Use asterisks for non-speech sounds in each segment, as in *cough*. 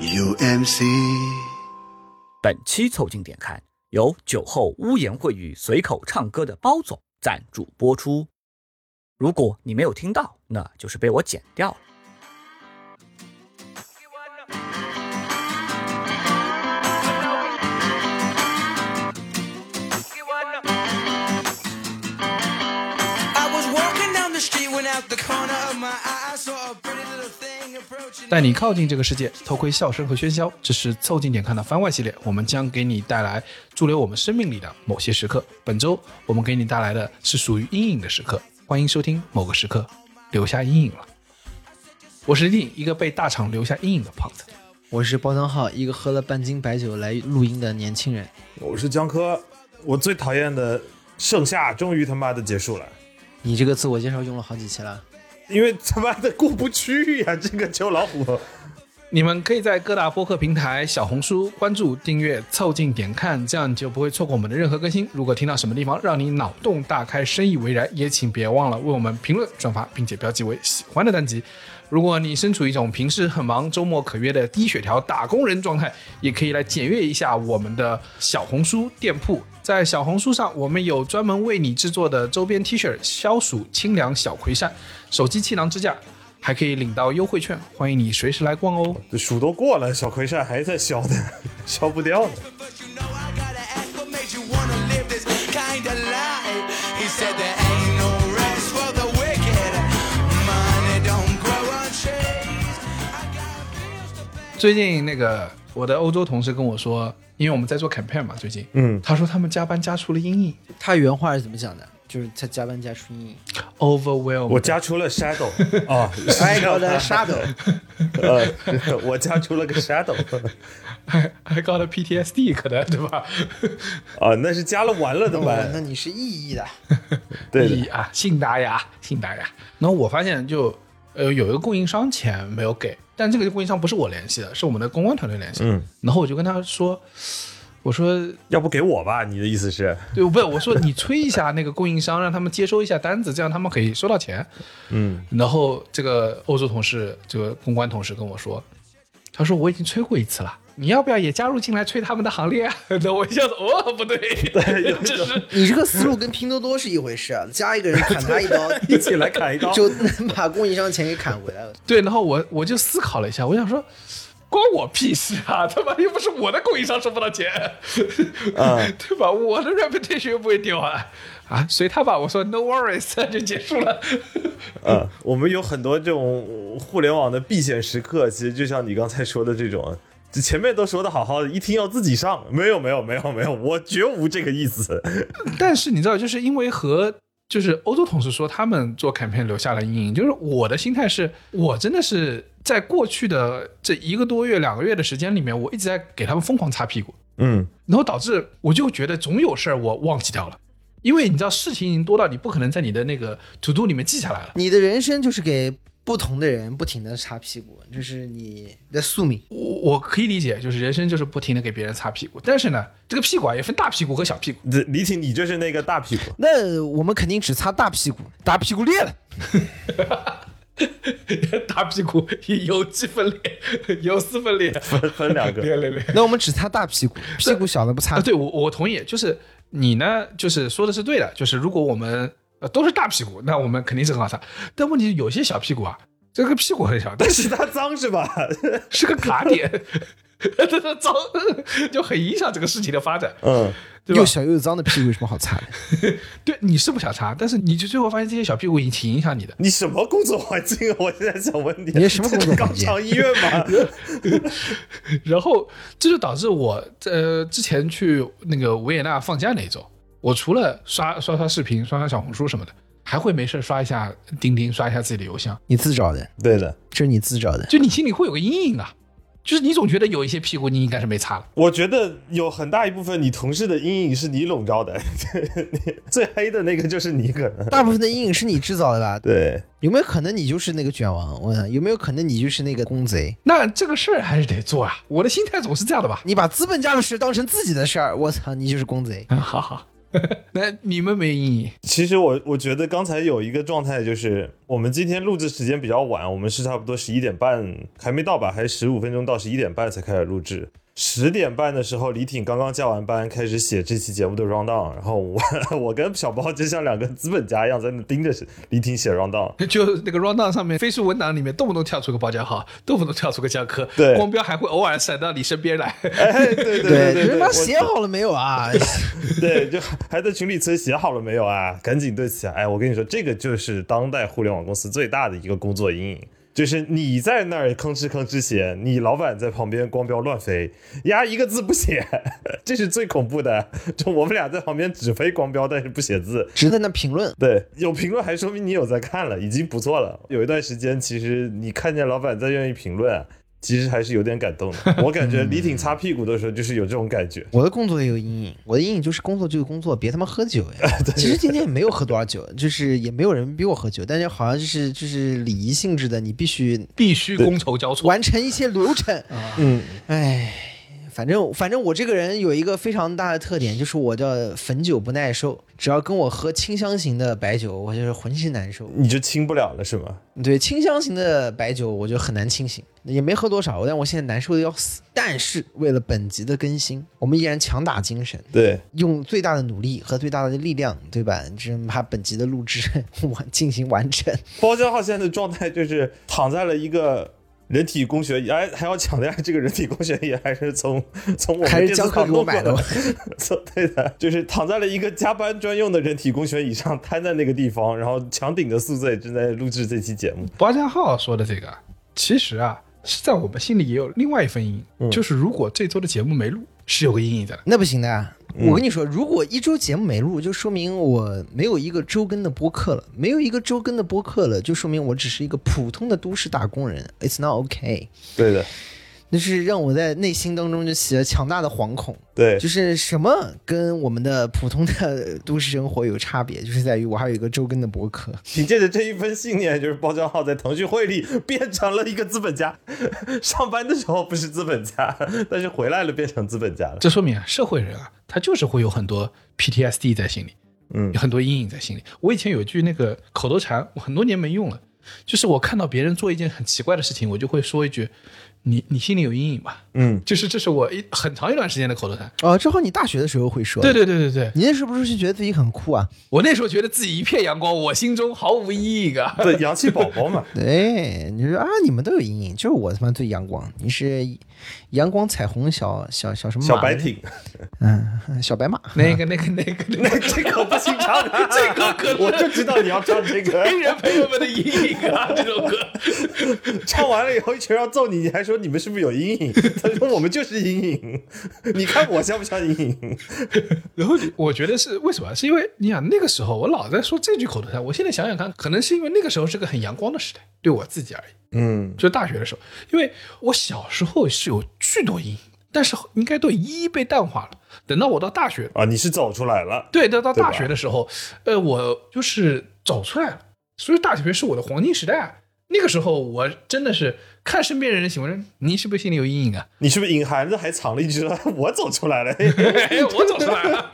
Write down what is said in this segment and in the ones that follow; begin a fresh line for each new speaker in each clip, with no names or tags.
UMC
本期凑近点看，由酒后污言秽语随口唱歌的包总赞助播出。如果你没有听到，那就是被我剪掉了。
I was walking down the street when out the corner of my eye I saw a pretty little thing approaching.
带你靠近这个世界，偷窥笑声和喧嚣。这是凑近点看的番外系列，我们将给你带来驻留我们生命里的某些时刻。本周我们给你带来的是属于阴影的时刻，欢迎收听《某个时刻留下阴影了》。我是丽，一个被大厂留下阴影的胖子。
我是包汤浩，一个喝了半斤白酒来录音的年轻人。
我是江科，我最讨厌的盛夏终于他妈的结束了，
你这个自我介绍用了好几期了，
因为他妈的过不去呀、这个秋老虎。
你们可以在各大播客平台、小红书关注、订阅、凑近点看，这样你就不会错过我们的任何更新。如果听到什么地方让你脑洞大开、深以为然，也请别忘了为我们评论、转发，并且标记为喜欢的单集。如果你身处一种平时很忙、周末可约的低血条打工人状态，也可以来检阅一下我们的小红书店铺。在小红书上，我们有专门为你制作的周边 T 恤、消暑清凉小葵扇、手机气囊支架，还可以领到优惠券，欢迎你随时来逛哦。
这暑都过了，小葵扇还在消呢，消不掉呢。
But you know I gotta ask what made you wanna live this kind of life. He said there ain't no rest for the wicked. Money don't grow on trees. I got bills to pay.
最近那个我的欧洲同事跟我说，因为我们在做 campaign 嘛，最近，
嗯，
他说他们加班加出了阴影
他原话是怎么讲的？就是他加班加出 *laughs* 阴影。
，overwhelm。
我加出了 shadow *laughs* 啊，
外国的 shadow，
*laughs* 呃，我加出了个 shadow
还 *laughs* 还搞了 PTSD，可能对吧？
啊，那是加了完了的
哇那
完，
你是意义的。
*laughs*
对
意义
的，
啊，信达雅，信达雅。然后我发现就呃有一个供应商钱没有给，但这个供应商不是我联系的，是我们的公关团队联系的。
嗯，
然后我就跟他说，我说
要不给我吧？你的意思是？
对，不是我说你催一下那个供应商，让他们接收一下单子，这样他们可以收到钱。
嗯，
然后这个欧洲同事，这个公关同事跟我说，他说我已经催过一次了，你要不要也加入进来催他们的行列啊？ *laughs* 那我一下子，哦，不对，这是
*laughs* 你这个思路跟拼多多是一回事啊，加一个人砍他一 *laughs* 刀，
一起来砍 *laughs* 一刀。
就能把供应商钱给砍回来了。
对。然后我我就思考了一下，我想说。关我屁事啊！ *laughs* 他妈又不是我的供应商收不到钱， *laughs* 对吧？我的 reputation 又不会丢啊！ *laughs* 啊，随他吧。我说 no worries，就 *laughs* 结束了。
嗯，我们有很多这种互联网的避险时刻，其实就像你刚才说的这种，就前面都说的好好的，一听要自己上，没有没有没有没有，我绝无这个意思。
但是你知道，就是因为和就是欧洲同事说他们做 campaign 留下了阴影，就是我的心态是我真的是在过去的这一个多月、两个月的时间里面，我一直在给他们疯狂擦屁股，
嗯，
然后导致我就觉得总有事儿我忘记掉了。因为你知道事情已经多到你不可能在你的那个 to do 里面记下来了。
你的人生就是给不同的人不停的擦屁股，这是你的宿命。
我我可以理解，就是人生就是不停的给别人擦屁股，但是呢，这个屁股啊也分大屁股和小屁股。
这李挺，你就是那个大屁股，
那我们肯定只擦大屁股，大屁股裂了。
*laughs* 大屁股有几分裂，有四分裂，
分 *laughs* 分两
*laughs*
个。
裂裂裂。
*laughs* 那我们只擦大 *laughs* 屁股，屁股小的不擦
啊，。对我我同意，就是你呢，就是说的是对的，就是如果我们呃都是大屁股，那我们肯定是很好擦。但问题是有些小屁股啊，这个屁股很小，但
但
是
是他脏是吧？
是个卡点， *laughs* 这个脏就很影响这个事情的发展，
嗯，
对吧
又？小又脏的屁股有什么好擦的？
对，你是不想擦，但是你就最后发现这些小屁股已经挺影响你的。
*laughs* 你什么工作环境啊？我现在想问你，
你是什么工作环
肛
境
肠医院吗？
然后这就导致我呃之前去那个维也纳放假那一周，我除了刷刷刷视频、刷刷小红书什么的，还会没事刷一下钉钉，刷一下自己的邮箱。
你自找的，
*laughs* 对的，
这是你自找的。
就你心里会有个阴影啊，就是你总觉得有一些屁股你应该是没擦了。
我觉得有很大一部分你同事的阴影是你笼罩的， *laughs* 最黑的那个就是你可能。
大部分的阴影是你制造的吧？
对，
有没有可能你就是那个卷王？我想有没有可能你就是那个公贼？
那这个事儿还是得做啊，我的心态总是这样的吧。
你把资本家的事当成自己的事儿，我操，你就是公贼。
嗯，好好， *laughs* 那你们没意义，
其实我我觉得刚才有一个状态，就是我们今天录制时间比较晚，我们是差不多十一点半还没到吧，还十五分钟到十一点半才开始录制。十点半的时候，李挺刚刚加完班，开始写这期节目的 round down，然后我我跟小包就像两个资本家一样在那盯着李挺写 round down。
就那个 round down 上面飞书文档里面动不动跳出个报价号，动不动跳出个教科，
对
光标还会偶尔闪到你身边来。 *laughs*
哎，对对对
对
对
你
对，
他妈
我
写好了没有啊？ *laughs*
*laughs* 对，就还在群里催写好了没有啊？赶紧对齐啊！哎，我跟你说，这个就是当代互联网公司最大的一个工作阴影，就是你在那儿吭哧吭哧写，你老板在旁边光标乱飞，呀一个字不写， *laughs* 这是最恐怖的。就我们俩在旁边只飞光标，但是不写字。
只在那评论，
对，有评论还说明你有在看了，已经不错了。有一段时间，其实你看见老板在愿意评论啊，其实还是有点感动的。我感觉李挺擦屁股的时候，就是有这种感觉。
我的工作也有阴影，我的阴影就是工作就是工作，别他妈喝酒呀。
*laughs*
其实今天也没有喝多少酒，就是也没有人逼我喝酒，但是好像就是就是礼仪性质的，你必须
必须觥筹交错，
完成一些流程。
嗯，
哎，反正反正我这个人有一个非常大的特点，就是我叫汾酒不耐受，只要跟我喝清香型的白酒，我就是浑身难受。
你就清不了了是吗？
对，清香型的白酒我就很难清醒，也没喝多少，但我现在难受的要死。但是为了本集的更新，我们依然强打精神，
对，
用最大的努力和最大的力量，对吧？这把本集的录制 *laughs* 完进行完成。
包浆浩现在的状态就是躺在了一个人体工学椅，哎，还要强调这个人体工学椅还是从 *laughs* 从我们
还是
电子
江科
厂
给我
弄
买
过
的吗？
*laughs* 从对的，就是躺在了一个加班专用的人体工学椅上，瘫在那个地方，然后强顶着宿醉正在录制这期节目。
包家浩说的这个，其实啊是在我们心里也有另外一份阴影，就是如果这周的节目没录，是有个阴影在的。
那不行的啊。
嗯
我跟你说，如果一周节目没录，就说明我没有一个周更的播客了，没有一个周更的播客了，就说明我只是一个普通的都市打工人。It's not okay，
对的，
那是让我在内心当中就起了强大的惶恐，
对
就是什么跟我们的普通的都市生活有差别，就是在于我还有一个周更的播客。
凭借着这一份信念，就是包浆浩在腾讯会里变成了一个资本家。 *laughs* 上班的时候不是资本家，但是回来了变成资本家了。
这说明啊，社会人啊，他就是会有很多 PTSD 在心里，
嗯
有很多阴影在心里。我以前有句那个口头禅，我很多年没用了，就是我看到别人做一件很奇怪的事情，我就会说一句：“你你心里有阴影吧？”
嗯，
就是这是我一很长一段时间的口头禅。
哦，正好你大学的时候会说，
对，对对对对，
你那时候不是觉得自己很酷啊？
我那时候觉得自己一片阳光，我心中毫无阴影啊。
对，洋气宝宝嘛。
对，你说啊，你们都有阴影，就是我他妈最阳光，你是阳光彩虹小小小什么马
小白
来着
艇，
嗯，小白马，
那个那个那个那个，
*laughs* 这个不经常，
*laughs* 这个可
我就知道你要唱
*laughs*
这个。
黑人朋友们的阴影啊，这首歌。
唱完了以后，一群人要揍你，你还说你们是不是有阴影？ *laughs* 他说我们就是阴影， *laughs* 你看我像不像阴影？
然后你我觉得是为什么？是因为你想那个时候我老在说这句口头禅，我现在想想看，可能是因为那个时候是个很阳光的时代，对我自己而言，
嗯，
就大学的时候，因为我小时候是有巨多阴影，但是应该都一一被淡化了。等到我到大学，
啊，你是走出来了。
对，到到
对吧
大学的时候，呃，我就是走出来了，所以大学是我的黄金时代啊。那个时候我真的是看身边人的行为，你是不是心里有阴影啊？
你是不是隐含着还藏了一句？ *laughs* 我走出来了，
*laughs* 哎我走出来了。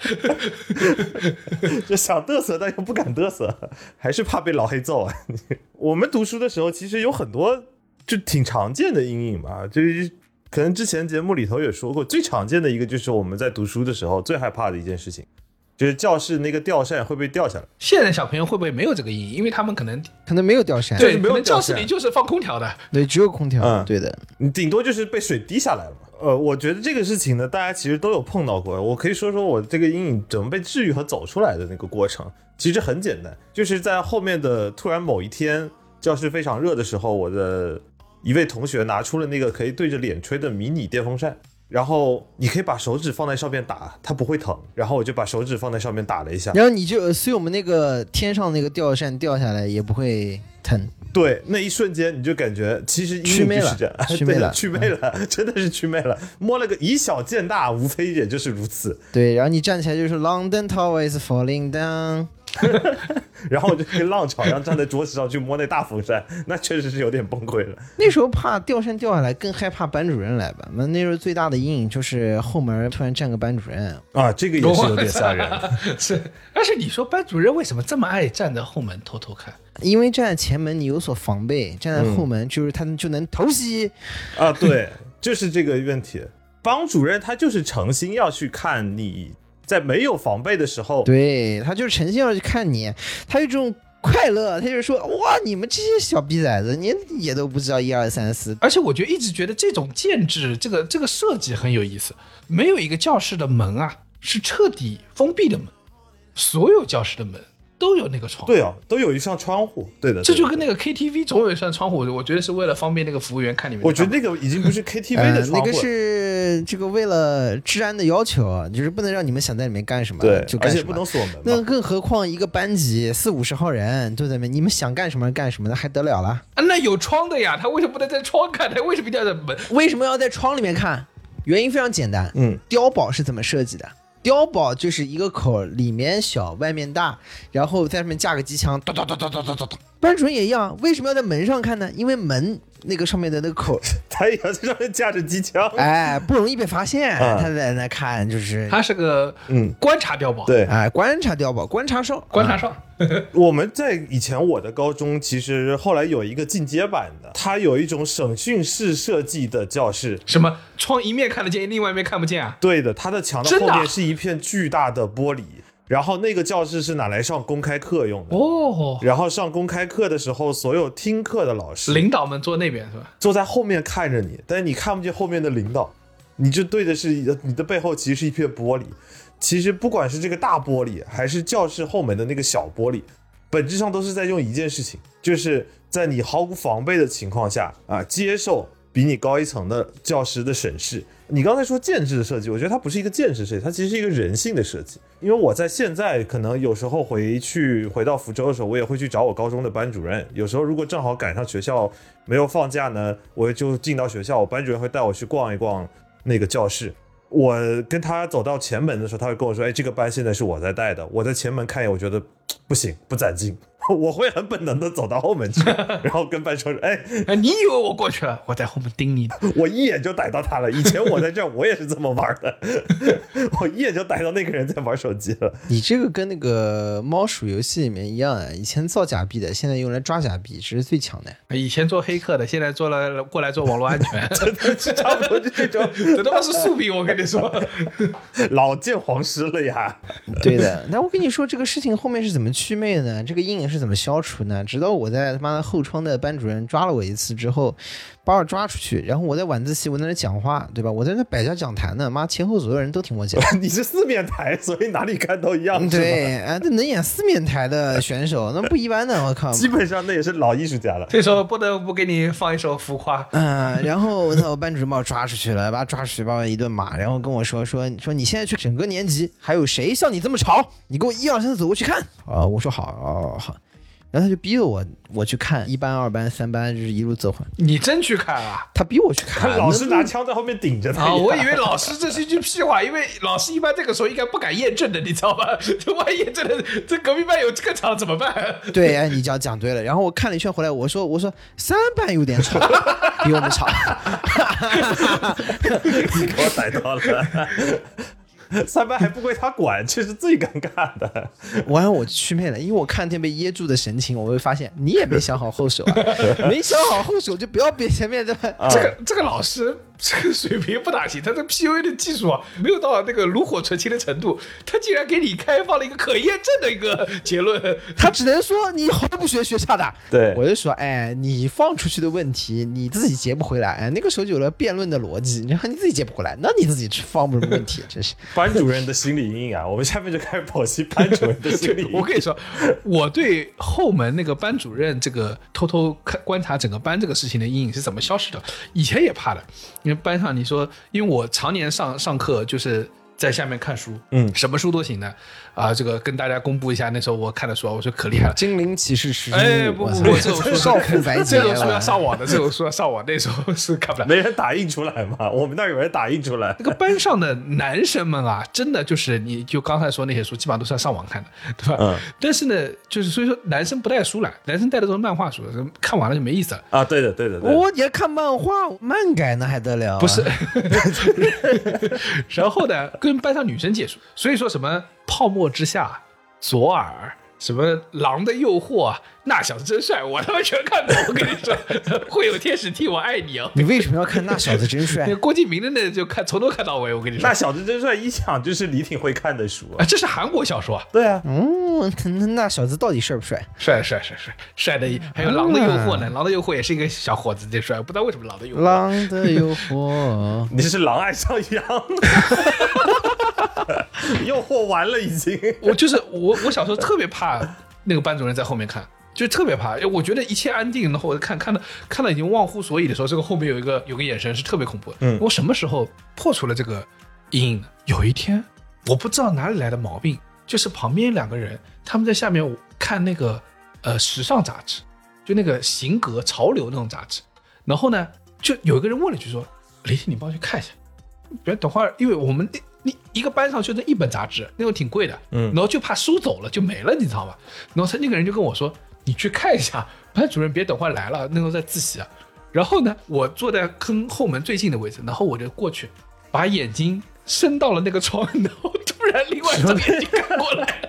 *laughs* 就想嘚瑟，但又不敢嘚瑟， *laughs* 还是怕被老黑揍啊。 *laughs* 我们读书的时候，其实有很多就挺常见的阴影吧，就是可能之前节目里头也说过，最常见的一个就是我们在读书的时候最害怕的一件事情，就是教室那个吊扇会被掉下来。
*laughs* 现在小朋友会不会没有这个阴影？因为他们可能
可能没有吊扇，
对，
没有
可能
吊
教室
扇
里就是放空调的，
对，只有空调，
嗯
对的，
你顶多就是被水滴下来了嘛。呃，我觉得这个事情呢，大家其实都有碰到过。我可以说说我这个阴影怎么被治愈和走出来的那个过程。其实很简单，就是在后面的突然某一天，教室非常热的时候，我的一位同学拿出了那个可以对着脸吹的迷你电风扇，然后你可以把手指放在上面打，它不会疼。然后我就把手指放在上面打了一下，
然后你就，所以我们那个天上那个吊扇掉下来也不会疼，
对，那一瞬间你就感觉其实
祛魅
了，
了
是这样，
祛魅了
对祛魅了，真的是祛魅了，摸了个以小见大，无非也就是如此。
对，然后你站起来就说 London Tower is falling down，
然后我就跟浪潮一样站在桌子上去摸那大风扇，那确实是有点崩溃了。
那时候怕吊扇掉下来，更害怕班主任来吧。那那时候最大的阴影就是后门突然站个班主任，
啊，这个也是有点吓人。
是，但是你说班主任为什么这么爱站在后门偷偷看？
因为站在前门你有所防备，站在
嗯
后门就是他就能偷袭。
*laughs* 啊，对，就是这个问题。帮主任他就是诚心要去看你在没有防备的时候，
对他就是诚心要去看你，他有这种快乐，他就是说哇，你们这些小逼崽子，你也都不知道一二三四。
而且我觉得一直觉得这种建制，这个这个设计很有意思。没有一个教室的门啊是彻底封闭的门，所有教室的门都有那个窗。
对哦，都有一扇窗户，对的。
这
对的啊
就跟那个 KTV 总有一扇窗户，我觉得是为了方便那个服务员看里面的
我觉
干嘛。
得那个已经不是
呃
KTV 的
那
窗
个
户了，
是这个为了治安的要求啊，就是不能让你们想在里面干什么
对
就，
而
干
且
什
不
么
能。锁门
那
嘛。
更何况一个班级四五十号人都在那边，你们想干什么干什么，那还得了啦？
啊，那有窗的呀，他为什么不能在窗看？他为什么一定要在门？
为什么要在窗里面看？原因非常简单，
嗯，
碉堡是怎么设计的？碉堡就是一个口，里面小，外面大，然后在上面架个机枪，哒哒哒哒哒哒哒哒。班主任也一样，为什么要在门上看呢？因为门那个上面的那个口，
他也要在上面架着机枪。
哎，不容易被发现。
啊
他在那
*laughs*
看，就是
他是个
嗯
观察碉堡，，
对，
哎，观察碉堡，观察哨，
观察
啊
哨。
我们在以前我的高中，其实后来有一个进阶版的，它有一种审讯室设计的教室。
什么窗一面看得见，另外一面看不见啊？
对的，它的墙的
真的
后
啊
面是一片巨大的玻璃，然后那个教室是拿来上公开课用的。
哦，
然后上公开课的时候，所有听课的老师
领导们坐那边是吧？
坐在后面看着你，但是你看不见后面的领导，你就对的是呃你的背后其实是一片玻璃。其实不管是这个大玻璃，还是教室后门的那个小玻璃，本质上都是在用一件事情，就是在你毫无防备的情况下啊，接受比你高一层的教师的审视。你刚才说建制的设计，我觉得它不是一个建制设计，它其实是一个人性的设计。因为我在现在可能有时候回去回到福州的时候，我也会去找我高中的班主任。有时候如果正好赶上学校没有放假呢，我就进到学校，我班主任会带我去逛一逛那个教室。我跟他走到前门的时候，他会跟我说：“哎，这个班现在是我在带的。”我在前门看一眼，我觉得嘖不行，不攒劲， *laughs* 我会很本能的走到后
*laughs*
门去，然后跟班主任说：“哎，
哎，你以为我过去了？我在后面盯 *laughs* 你呢。
我一眼就逮到他了。以前我在这儿，我也是这么玩的， *laughs* 我一眼就逮到那个人在玩手机了。 *laughs*
你这个跟那个猫鼠游戏里面一样啊，以前造假币的，现在用来抓假币，这是最强的。
以前做黑客的，现在做了过来做网络安 *laughs* 全，
差不多就这种
*laughs*
这他妈是宿命！我跟你说，
老见黄师了呀。 *laughs*
对的，那我跟你说这个事情后面是怎么祛魅的呢？这个阴影是怎么消除呢？直到我在他妈的后窗的班主任抓了我一次之后，把我抓出去，然后我在晚自习我在那讲话，对吧？我在那摆下讲坛呢，妈前后左右人都听
*laughs*
我讲。
你是四面台，所以哪里看都一样，
嗯
是吧，
对，啊，这能演四面台的选手，那不一般的，我靠！
基本上那也是老艺术家
啊
了。
这时候不得不给你放一首浮夸。
*laughs* 嗯，然后我操，我班主任把我抓出去了，把他抓出去，把我一顿骂，然后跟我说说说你现在去整个年级，还有谁像你这么吵？你给我一二三四走过去看啊、我说好，哦好，然后他就逼着我我去看一班、二班、三班，就是一路走回来。
你真去看 *laughs* 啊？
他逼我去看，
老师
那
拿枪在后面顶着他呀、
啊，我以为老师这是一句屁话，因为老师一般这个时候应该不敢验证的，你知道吧？ *laughs* 这万一验证了，这隔壁班有这个场怎么办？
对，哎，你讲讲对了。然后我看了一圈回来，我说我说三班有点吵，比我们吵。
你给我逮到了。 *laughs* 三班还不归他管，这是最尴尬的。
我让我去魅了，因为我看见被噎住的神情，我会发现你也没想好后 *laughs* 手啊，没想好后手就不要别前面的。
这个这个老师这个水平不打行，他这 PUA 的技术啊，没有到那个炉火纯青的程度，他竟然给你开放了一个可验证的一个结论。
*laughs* 他只能说你好不学学差的。
对
我就说，哎，你放出去的问题你自己接不回来，哎，那个时候就有了辩论的逻辑，然后你自己接不回来，那你自己去放不出问 *laughs* 题，真是。
班主任的心理阴影啊，我们下面就开始剖析班主任的心理 *laughs* 阴影。
我跟你说，我对后门那个班主任这个偷偷看观察整个班这个事情的阴影是怎么消失的？以前也怕的，因为班上你说，因为我常年上上课就是在下面看书，
嗯
什么书都行的啊、这个跟大家公布一下，那时候我看的书啊，我说可厉害了。
精灵骑士十一
哎，不不不，这
*laughs*
种书
少妇白洁
这种书要
了，
上网的，这种书要上网，那时候是看不了。
没人打印出来嘛？ *laughs* 我们那儿有人打印出来
那，个班上的男生们啊，真的就是你就刚才说那些书，基本上都是要上网看的，对吧？
嗯。
但是呢，就是所以说男生不带书来，男生带的都是漫画书，看完了就没意思了。
啊，对的，对的，对的。
我也哦看漫画漫改那还得了啊？
不是，然后呢，跟班上女生接触，所以说什么泡沫之夏、左耳、什么狼的诱惑、那小子真帅，我他妈全看懂。我跟你说， *laughs* 会有天使替我爱你哦。
你为什么要看那小子真
*laughs*
帅
那个？郭敬明的那就看从头看到尾，我跟你说
那小子真帅一想就是李挺会看的书
啊，，这是韩国小说啊，
*laughs* 对啊，，
嗯，那那小子到底帅不帅？
帅帅帅帅帅的，还有狼的诱惑呢，狼的诱惑也是一个小伙子最帅，不知道为什么狼的诱惑。
狼的诱惑
你是狼爱上 *laughs* 羊，诱惑完了已 *laughs* 经。
我就是我，我小时候特别怕那个班主任在后面看，就特别怕。我觉得一切安定，然后我看看到看到已经忘乎所以的时候，这个后面有一个有个眼神是特别恐怖的。
嗯
我什么时候破除了这个阴影呢？有一天，我不知道哪里来的毛病，就是旁边两个人他们在下面看那个呃时尚杂志，就那个型格潮流那种杂志。然后呢，就有一个人问了一句说：“雷霆，你帮我去看一下。”别等会儿，因为我们那那一个班上就那一本杂志，那种挺贵的，
嗯
然后就怕书走了就没了，你知道吗？然后他那个人就跟我说：“你去看一下，班主任别等会儿来了，那时候在自习啊。”然后呢，我坐在跟后门最近的位置，然后我就过去，把眼睛伸到了那个窗，然后突然另外一张眼睛看过来，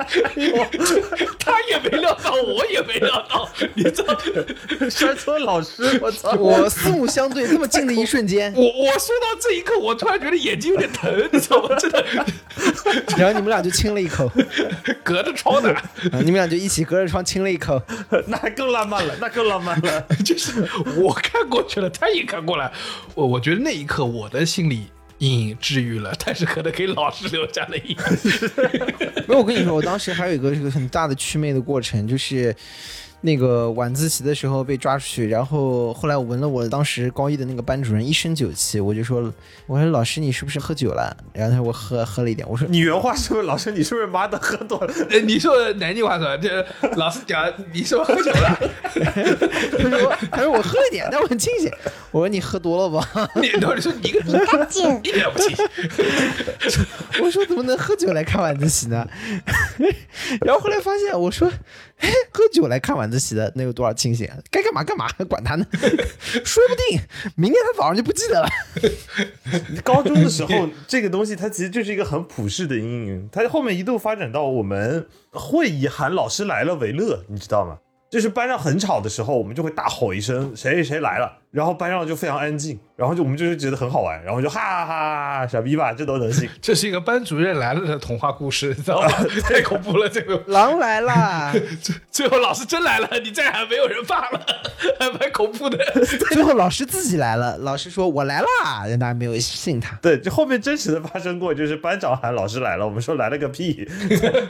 他也没料到，我也没料到，你知道，
山村老师，我操！
*laughs* 我四目相对，这么近的一瞬间，
我我说到这一刻，我突然觉得眼睛有点疼，你知道吗？真的
然后你们俩就亲了一口，
*laughs* 隔着窗的。
啊你们俩就一起隔着窗亲了一口。
*laughs* 那更浪漫了，那更浪漫了。
*laughs* 就是我看过去了，他也看过来，我我觉得那一刻我的心理阴影治愈了，但是可能给老师留下了阴影。 *laughs*
*laughs* 没有，我跟你说，我当时还有一个这个很大的祛魅的过程，就是那个晚自习的时候被抓出去，然后后来我闻了我当时高一的那个班主任一身酒气，我就说，我说老师你是不是喝酒了？然后他说我喝喝了一点，我说
你原话是不是老师？你是不是妈的喝多了？
呃你说南京话说，这老师讲你说喝酒了，
他说我他说我喝了一点，但我很清醒。我说你喝多了吧？ *laughs*
你然后你说你一个人他贱，一点不清醒。
我说怎么能喝酒来看晚自习呢？ *laughs* 然后后来发现，我说，哎，喝酒来看晚自习的，能有多少清醒啊？该干嘛干嘛，管他呢， *laughs* 说不定明天他早上就不记得了。
高中的时候，这个东西它其实就是一个很普世的阴影，它后面一度发展到我们会以喊老师来了为乐，你知道吗？就是班上很吵的时候，我们就会大吼一声“谁谁谁来了”，然后班上就非常安静，然后就我们就是觉得很好玩，然后就哈哈哈哈，傻逼吧，这都能信。
这是一个班主任来了的童话故事，你知道吗？太恐怖了，这个
狼来啦！
最最后老师真来了，你再喊没有人怕了，还蛮恐怖的。
*laughs* 最后老师自己来了，老师说我来啦，但大家没有信他。
对，就后面真实的发生过，就是班长喊老师来了，我们说来了个屁，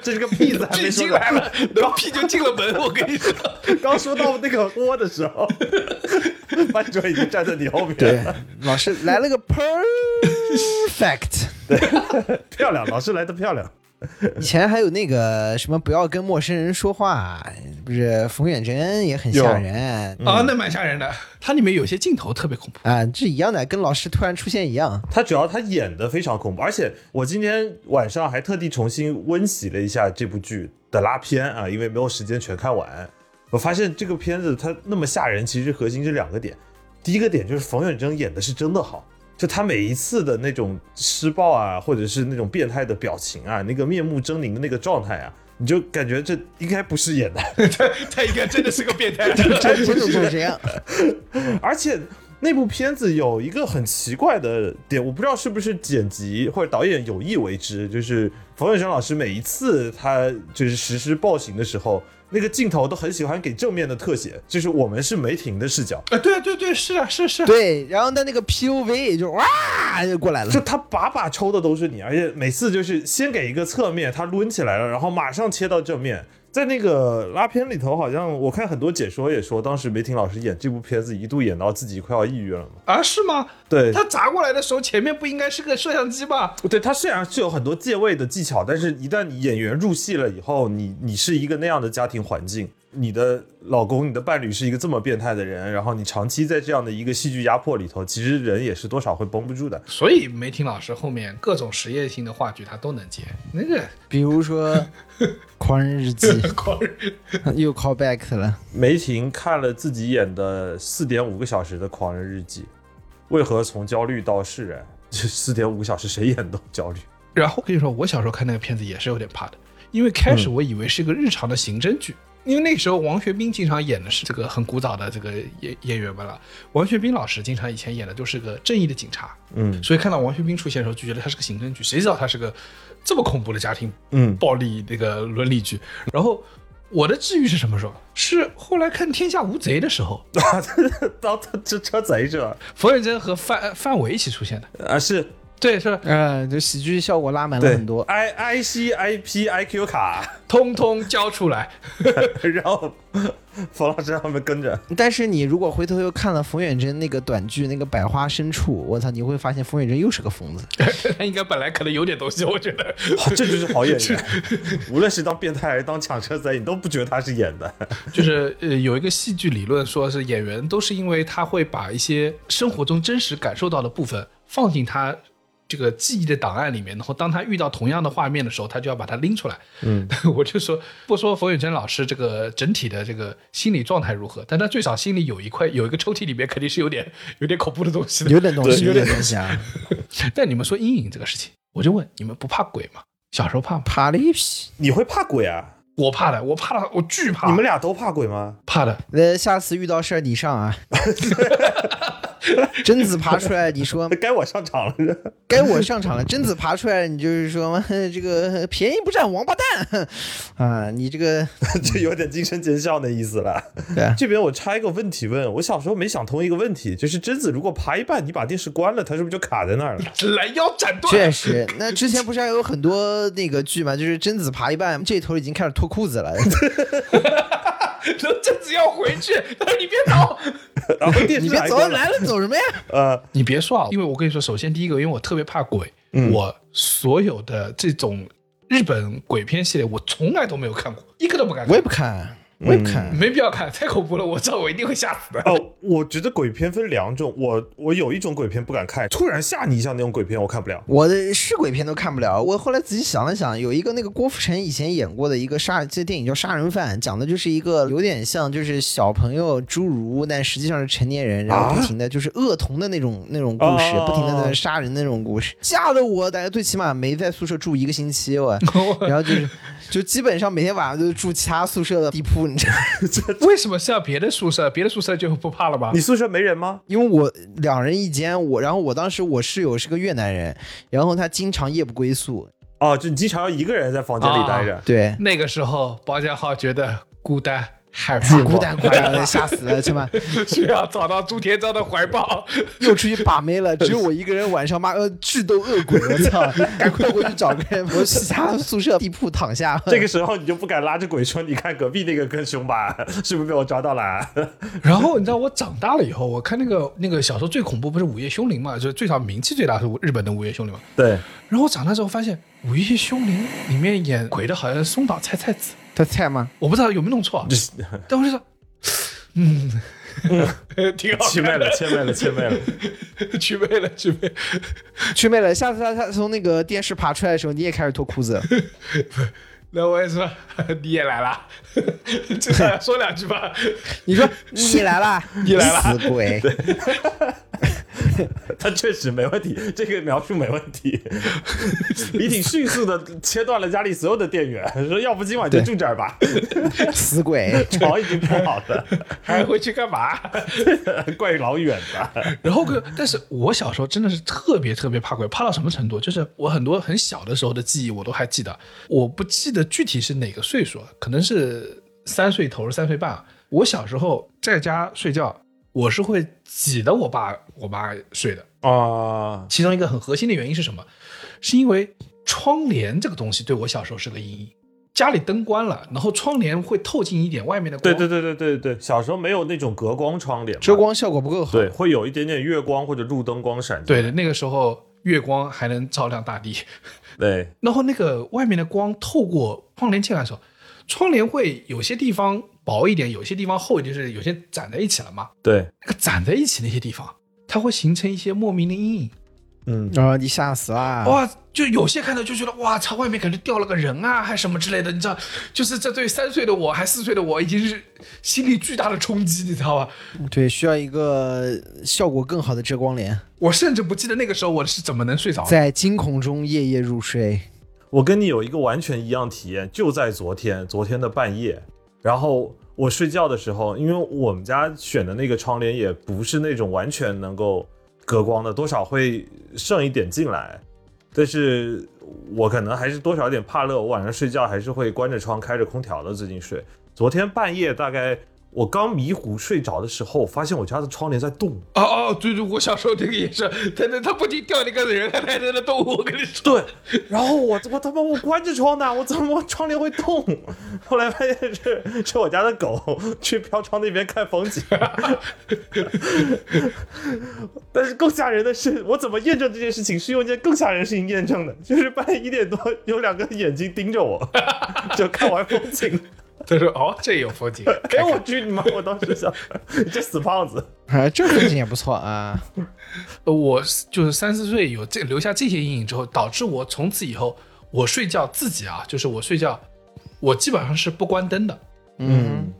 这是个屁字还没
巨
说
进
完
来了，然后屁就进了门，我跟你说。
刚说到那个窝的时候， *laughs* 班主任已经站在你后面
对
了。，
老师来了个 perfect。
*laughs* 漂亮，老师来的漂亮。
以前还有那个什么不要跟陌生人说话，不是冯远征也很吓人
啊，那蛮吓人的。它里面有些镜头特别恐 *laughs* 怖，
啊，这一样的，跟老师突然出现一样。
他主要他演的非常恐怖，而且我今天晚上还特地重新温习了一下这部剧的拉片啊，因为没有时间全看完。我发现这个片子它那么吓人，其实核心是两个点。第一个点就是冯远征演的是真的好，就他每一次的那种施暴啊，或者是那种变态的表情啊，那个面目狰狞的那个状态啊，你就感觉这应该不是演的。
他他应该真的是个变 *laughs* 态。
哎真的就是这样，
而且那部片子有一个很奇怪的点，我不知道是不是剪辑或者导演有意为之，就是冯远征老师每一次他就是实施暴行的时候，那个镜头都很喜欢给正面的特写，就是我们是梅婷的视角。
啊，对啊对对，是啊是是啊。
对，然后他那个 PUV 就哇就过来了
就，他把把抽的都是你，而且每次就是先给一个侧面，他抡起来了，然后马上切到正面，在那个拉片里头，好像我看很多解说也说，当时梅婷老师演这部片子一度演到自己快要抑郁了嘛。
啊，是吗？
对，
他砸过来的时候，前面不应该是个摄像机吧？
对，它虽然是有很多借位的技巧，但是一旦你演员入戏了以后，你你是一个那样的家庭环境，你的老公、你的伴侣是一个这么变态的人，然后你长期在这样的一个戏剧压迫里头，其实人也是多少会绷不住的。
所以梅婷老师后面各种实验性的话剧他都能接，那个 *laughs*
比如说《狂人日记》
狂人
又 call back 了，
梅婷看了自己演的四点五个小时的《狂人日记》，为何从焦虑到释然？这四点五个小时谁演都焦虑。
然后跟你说，我小时候看那个片子也是有点怕的，因为开始我以为是个日常的刑侦剧，因为那时候王学兵经常演的是这个很古早的这个演演员们了。王学兵老师经常以前演的就是个正义的警察，
嗯
所以看到王学兵出现的时候就觉得他是个刑侦剧，谁知道他是个这么恐怖的家庭
嗯， *laughs*
暴力那个伦理剧。然后我的治愈是什么时候？是后来看《天下无贼》的时候，
当这车贼是吧？
冯远征和范范伟一起出现的，
啊是
对，是吧
呃，就喜剧效果拉满了
对
很多。
I I C I P I Q 卡。
通通交出来。 *laughs*
*laughs* 然后冯老师他们跟着，
但是你如果回头又看了冯远征那个短剧那个《百花深处》，我操，你会发现冯远征又是个疯子。
他应该本来可能有点东西，我觉得。
这就是好演员。无 *laughs* 论是当变态还是当抢车贼，你都不觉得他是演的。
就是呃，有一个戏剧理论，说是演员都是因为他会把一些生活中真实感受到的部分放进他这个记忆的档案里面，然后当他遇到同样的画面的时候，他就要把它拎出来。嗯， *laughs* 我就说不说冯远征老师这个整体的这个心理状态如何，但他最少心里有一块有一个抽屉里面肯定是有点 *laughs* 有点恐怖的东西的。
有点东西，
对
有点东西啊！
但你们说阴影这个事情，我就问你们不怕鬼吗？小时候怕吗？
爬了一匹。
你会怕鬼啊？
我怕的，我怕的，我巨怕。
你们俩都怕鬼吗？
怕的，
呃，下次遇到事儿你上啊！贞子爬出来，你说
该我上场了。 *laughs*
该我上场了。贞子爬出来，你就是说 *laughs* 这个便宜不占王八蛋 *laughs* 啊！你这个
就有点精神奸笑的意思了。 *laughs*
对啊
这边我插一个问题问，我小时候没想通一个问题，就是贞子如果爬一半，你把电视关了，它是不是就卡在那儿了？ *laughs*
拦腰斩断。
*laughs* 确实，那之前不是还有很多那个剧嘛，就是贞子爬一半，这头已经开始脱裤子了。 *laughs*
*laughs* 然后贞子要回去，他说你别走，
然后电视
你别
还
走
关了。
来了，走什么呀？
呃，
*laughs* 你别说啊，因为我跟你说，首先第一个，因为我特别怕鬼，我所有的这种日本鬼片系列，我从来都没有看过，一个都不敢看，
我也不看，我也不看。
没必要看，太恐怖了，我知道我一定会吓死的。
哦，我觉得鬼片分两种，我我有一种鬼片不敢看，突然吓你一下那种鬼片我看不了。
我的是鬼片都看不了。我后来仔细想了想，有一个那个郭富城以前演过的一个杀，这电影叫《杀人犯》，讲的就是一个有点像就是小朋友侏儒，但实际上是成年人，然后不停的就是恶童的那种那种故事，
哦
不停的在杀人那种故事，吓得我大家最起码没在宿舍住一个星期我，然后就是就基本上每天晚上都住其他宿舍的地铺，你知道吗。
*laughs*
*laughs*
为什么是要别的宿舍？别的宿舍就不怕了吧
你？宿舍没人吗？
因为我两人一间，我然后我当时我室友是个越南人，然后他经常夜不归宿，
哦，就你经常要一个人在房间里待着。
对，
那个时候，保险号觉得孤单。 *laughs* 害怕
自，孤单快乐的，吓死了，是吧？
需要找到朱天章的怀抱。
又出去把妹了，只有我一个人晚上妈呃智斗恶鬼，我操！赶快回去找个人，我去他宿舍地铺躺下。
这个时候你就不敢拉着鬼说，你看隔壁那个更凶吧，是不是被我抓到了啊？
然后你知道我长大了以后，我看那个那个小时候最恐怖不是《午夜凶铃》嘛，就是最早名气最大是日本的《午夜凶铃》嘛。
对，
然后我长大之后发现，《午夜凶铃》里面演鬼的好像是松岛菜菜子，
他菜吗？
我不知道有没有弄错啊，
就是
但我就说，嗯，挺好
切
看
麦
的
了，切麦了，切麦了。
去魅了，去魅。
去妹了，下次他他从那个电视爬出来的时候，你也开始脱裤子。
*laughs* 那我也说，你也来啦，至少要说两句吧。*laughs*
你说你来啦，
你来啦 *laughs*
死鬼！
他确实没问题，这个描述没问题。李挺迅速的切断了家里所有的电源，说要不今晚就住这儿吧，
死鬼！
床已经铺好了，
还回去干嘛？
怪老远的。
然后个，但是我小时候真的是特别特别怕鬼，怕到什么程度？就是我很多很小的时候的记忆我都还记得，我不记得具体是哪个岁数，可能是三岁头、三岁半啊。我小时候在家睡觉，我是会挤得我爸我妈睡的。
啊，
其中一个很核心的原因是什么？是因为窗帘这个东西对我小时候是个阴影。家里灯关了，然后窗帘会透进一点外面的
对
光。
对
对。
对对对对，小时候没有那种隔光窗帘嘛，
遮光效果不够好。
对，会有一点点月光或者路灯光闪进来。
的，那个时候月光还能照亮大地，
对
然后那个外面的光透过窗帘进来的时候，窗帘会有些地方薄一点，有些地方厚一点，就是有些攒在一起了嘛。
对，
那个攒在一起那些地方，它会形成一些莫名的阴影。
嗯，
啊，你吓死啦！
哇，就有些看到就觉得哇操，外面感觉掉了个人啊，还什么之类的，你知道，就是这对三岁的我还四岁的我已经是心理巨大的冲击，你知道吧？
对，需要一个效果更好的遮光帘，
我甚至不记得那个时候我是怎么能睡着的。
在惊恐中夜夜入睡。
我跟你有一个完全一样体验，就在昨天，昨天的半夜，然后我睡觉的时候，因为我们家选的那个窗帘也不是那种完全能够隔光的，多少会剩一点进来，但是我可能还是多少有点怕热，我晚上睡觉还是会关着窗开着空调的，最近睡。昨天半夜大概我刚迷糊睡着的时候，发现我家的窗帘在动，
哦哦，对对，我小时候这个也是，他他他不仅掉那个人，还还在那动物，我跟你说。
对，然后我我他妈我关着窗呢，我怎么窗帘会动？ *laughs* 后来发现是是我家的狗 *laughs* 去飘窗那边看风景。 *laughs* 但是更吓人的是，我怎么验证这件事情？是用一件更吓人的事情验证的，就是半夜一点多有两个眼睛盯着我， *laughs* 就看完风 *laughs* 景。
他说哦，这有风景，
哎，我去你妈！我当时想， *laughs* 你这死胖子。
啊，这风景也不错啊。
呃我是就是三四岁有这留下这些阴影之后，导致我从此以后我睡觉自己啊，就是我睡觉，我基本上是不关灯的。
嗯，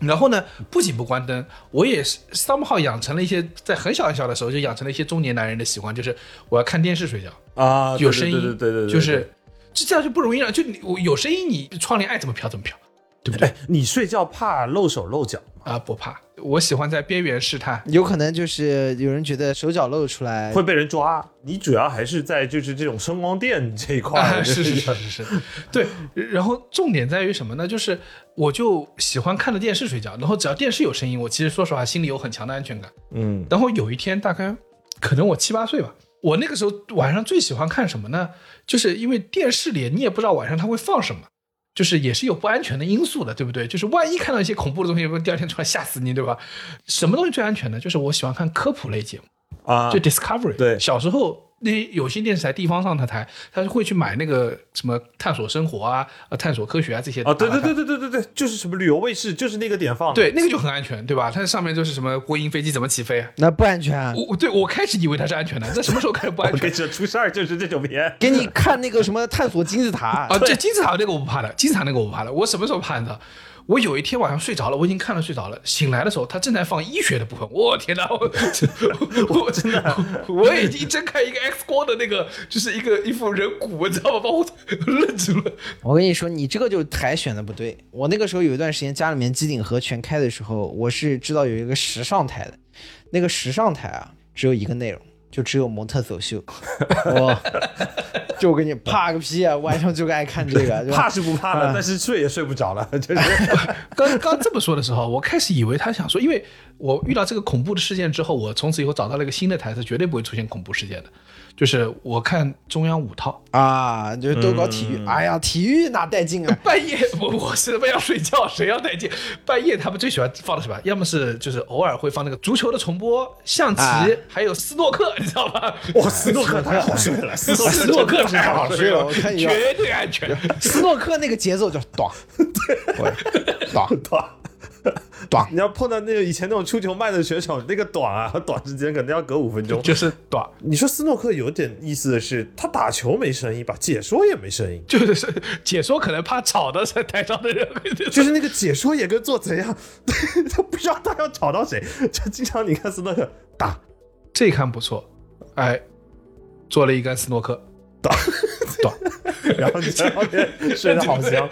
然后呢，不仅不关灯，我也是 somehow 养成了一些在很小很小的时候就养成了一些中年男人的习惯，就是我要看电视睡觉，
啊
有声音，
对对对对对，
就是这这样就不容易让就你我有声音，你窗帘爱怎么飘怎么飘，对不对？
你睡觉怕露手露脚吗？
啊、不怕，我喜欢在边缘试探。
有可能就是有人觉得手脚露出来
哎会被人抓。你主要还是在就是这种声光电这 *laughs* 一块，
啊，
就
*laughs*
是
是是是是，对。然后重点在于什么呢？就是我就喜欢看着电视睡觉，然后只要电视有声音，我其实说实话心里有很强的安全感。
嗯
然后有一天，大概可能我七八岁吧，我那个时候晚上最喜欢看什么呢？就是因为电视里你也不知道晚上它会放什么，就是也是有不安全的因素的，对不对？就是万一看到一些恐怖的东西，第二天出来吓死你，对吧？什么东西最安全呢？就是我喜欢看科普类节目。
啊
就 Discovery。
对
小时候那些有线电视台、地方上的台，他会去买那个什么探索生活啊、呃探索科学啊这些
啊，对对
打打看。
对对对对对，就是什么旅游卫视，就是那个点放的。
对，那个就很安全，对吧？它上面就是什么波音飞机怎么起飞啊？
那不安全啊。
我我对我开始以为它是安全的，这什么时候开始 *laughs* 不安
我跟
全
你说，出事儿就是这种片。
给你看那个什么探索金字塔
啊？这金字塔那个我不怕的，金字塔那个我不怕的。我什么时候怕的？我有一天晚上睡着了，我已经看了睡着了，醒来的时候他正在放医学的部分，我天哪！我 *laughs* 我我真的，我已经睁开一个 X 光的那个，就是一个一副人骨，你知道吗？把我 *laughs* 愣住了。
我跟你说，你这个就台选的不对。我那个时候有一段时间家里面机顶盒全开的时候，我是知道有一个时尚台的，那个时尚台啊，只有一个内容，就只有模特走秀。哇、就我跟你怕个屁啊！晚上就爱看这个，就
怕是不怕
啊
了，但是睡也睡不着了， *laughs* 就是
哎刚刚这么说的时候，我开始以为他想说，因为我遇到这个恐怖的事件之后，我从此以后找到了一个新的台词，绝对不会出现恐怖事件的，就是我看中央五套，
啊，就都搞体育。哎呀，体育哪带劲啊！
半夜我我是他妈要睡觉，谁要带劲？半夜他们最喜欢放的什么？要么是就是偶尔会放那个足球的重播、象棋，
啊
还有斯诺克，你知道吧？
哇， *laughs* 斯诺克太好睡了，斯
*laughs*
诺
斯诺克太好
睡
睡
了
了，
我看一下
绝对安全。
斯诺克那个节奏就咚， *laughs* 对，咚
短
短
你要碰到那个以前那种出球慢的选手，那个短啊， *laughs* 短时间可能要隔五分钟。
就是短，
你说斯诺克有点意思的是，他打球没声音吧，解说也没声音，
就是解说可能怕吵到台上的人，
就是那个解说也跟做贼一样， *laughs* 他不知道他要吵到谁，就经常你看斯诺克打 *laughs*
这一看不错，哎，做了一杆斯诺克，短
然后你在旁边睡得
*laughs*
好香。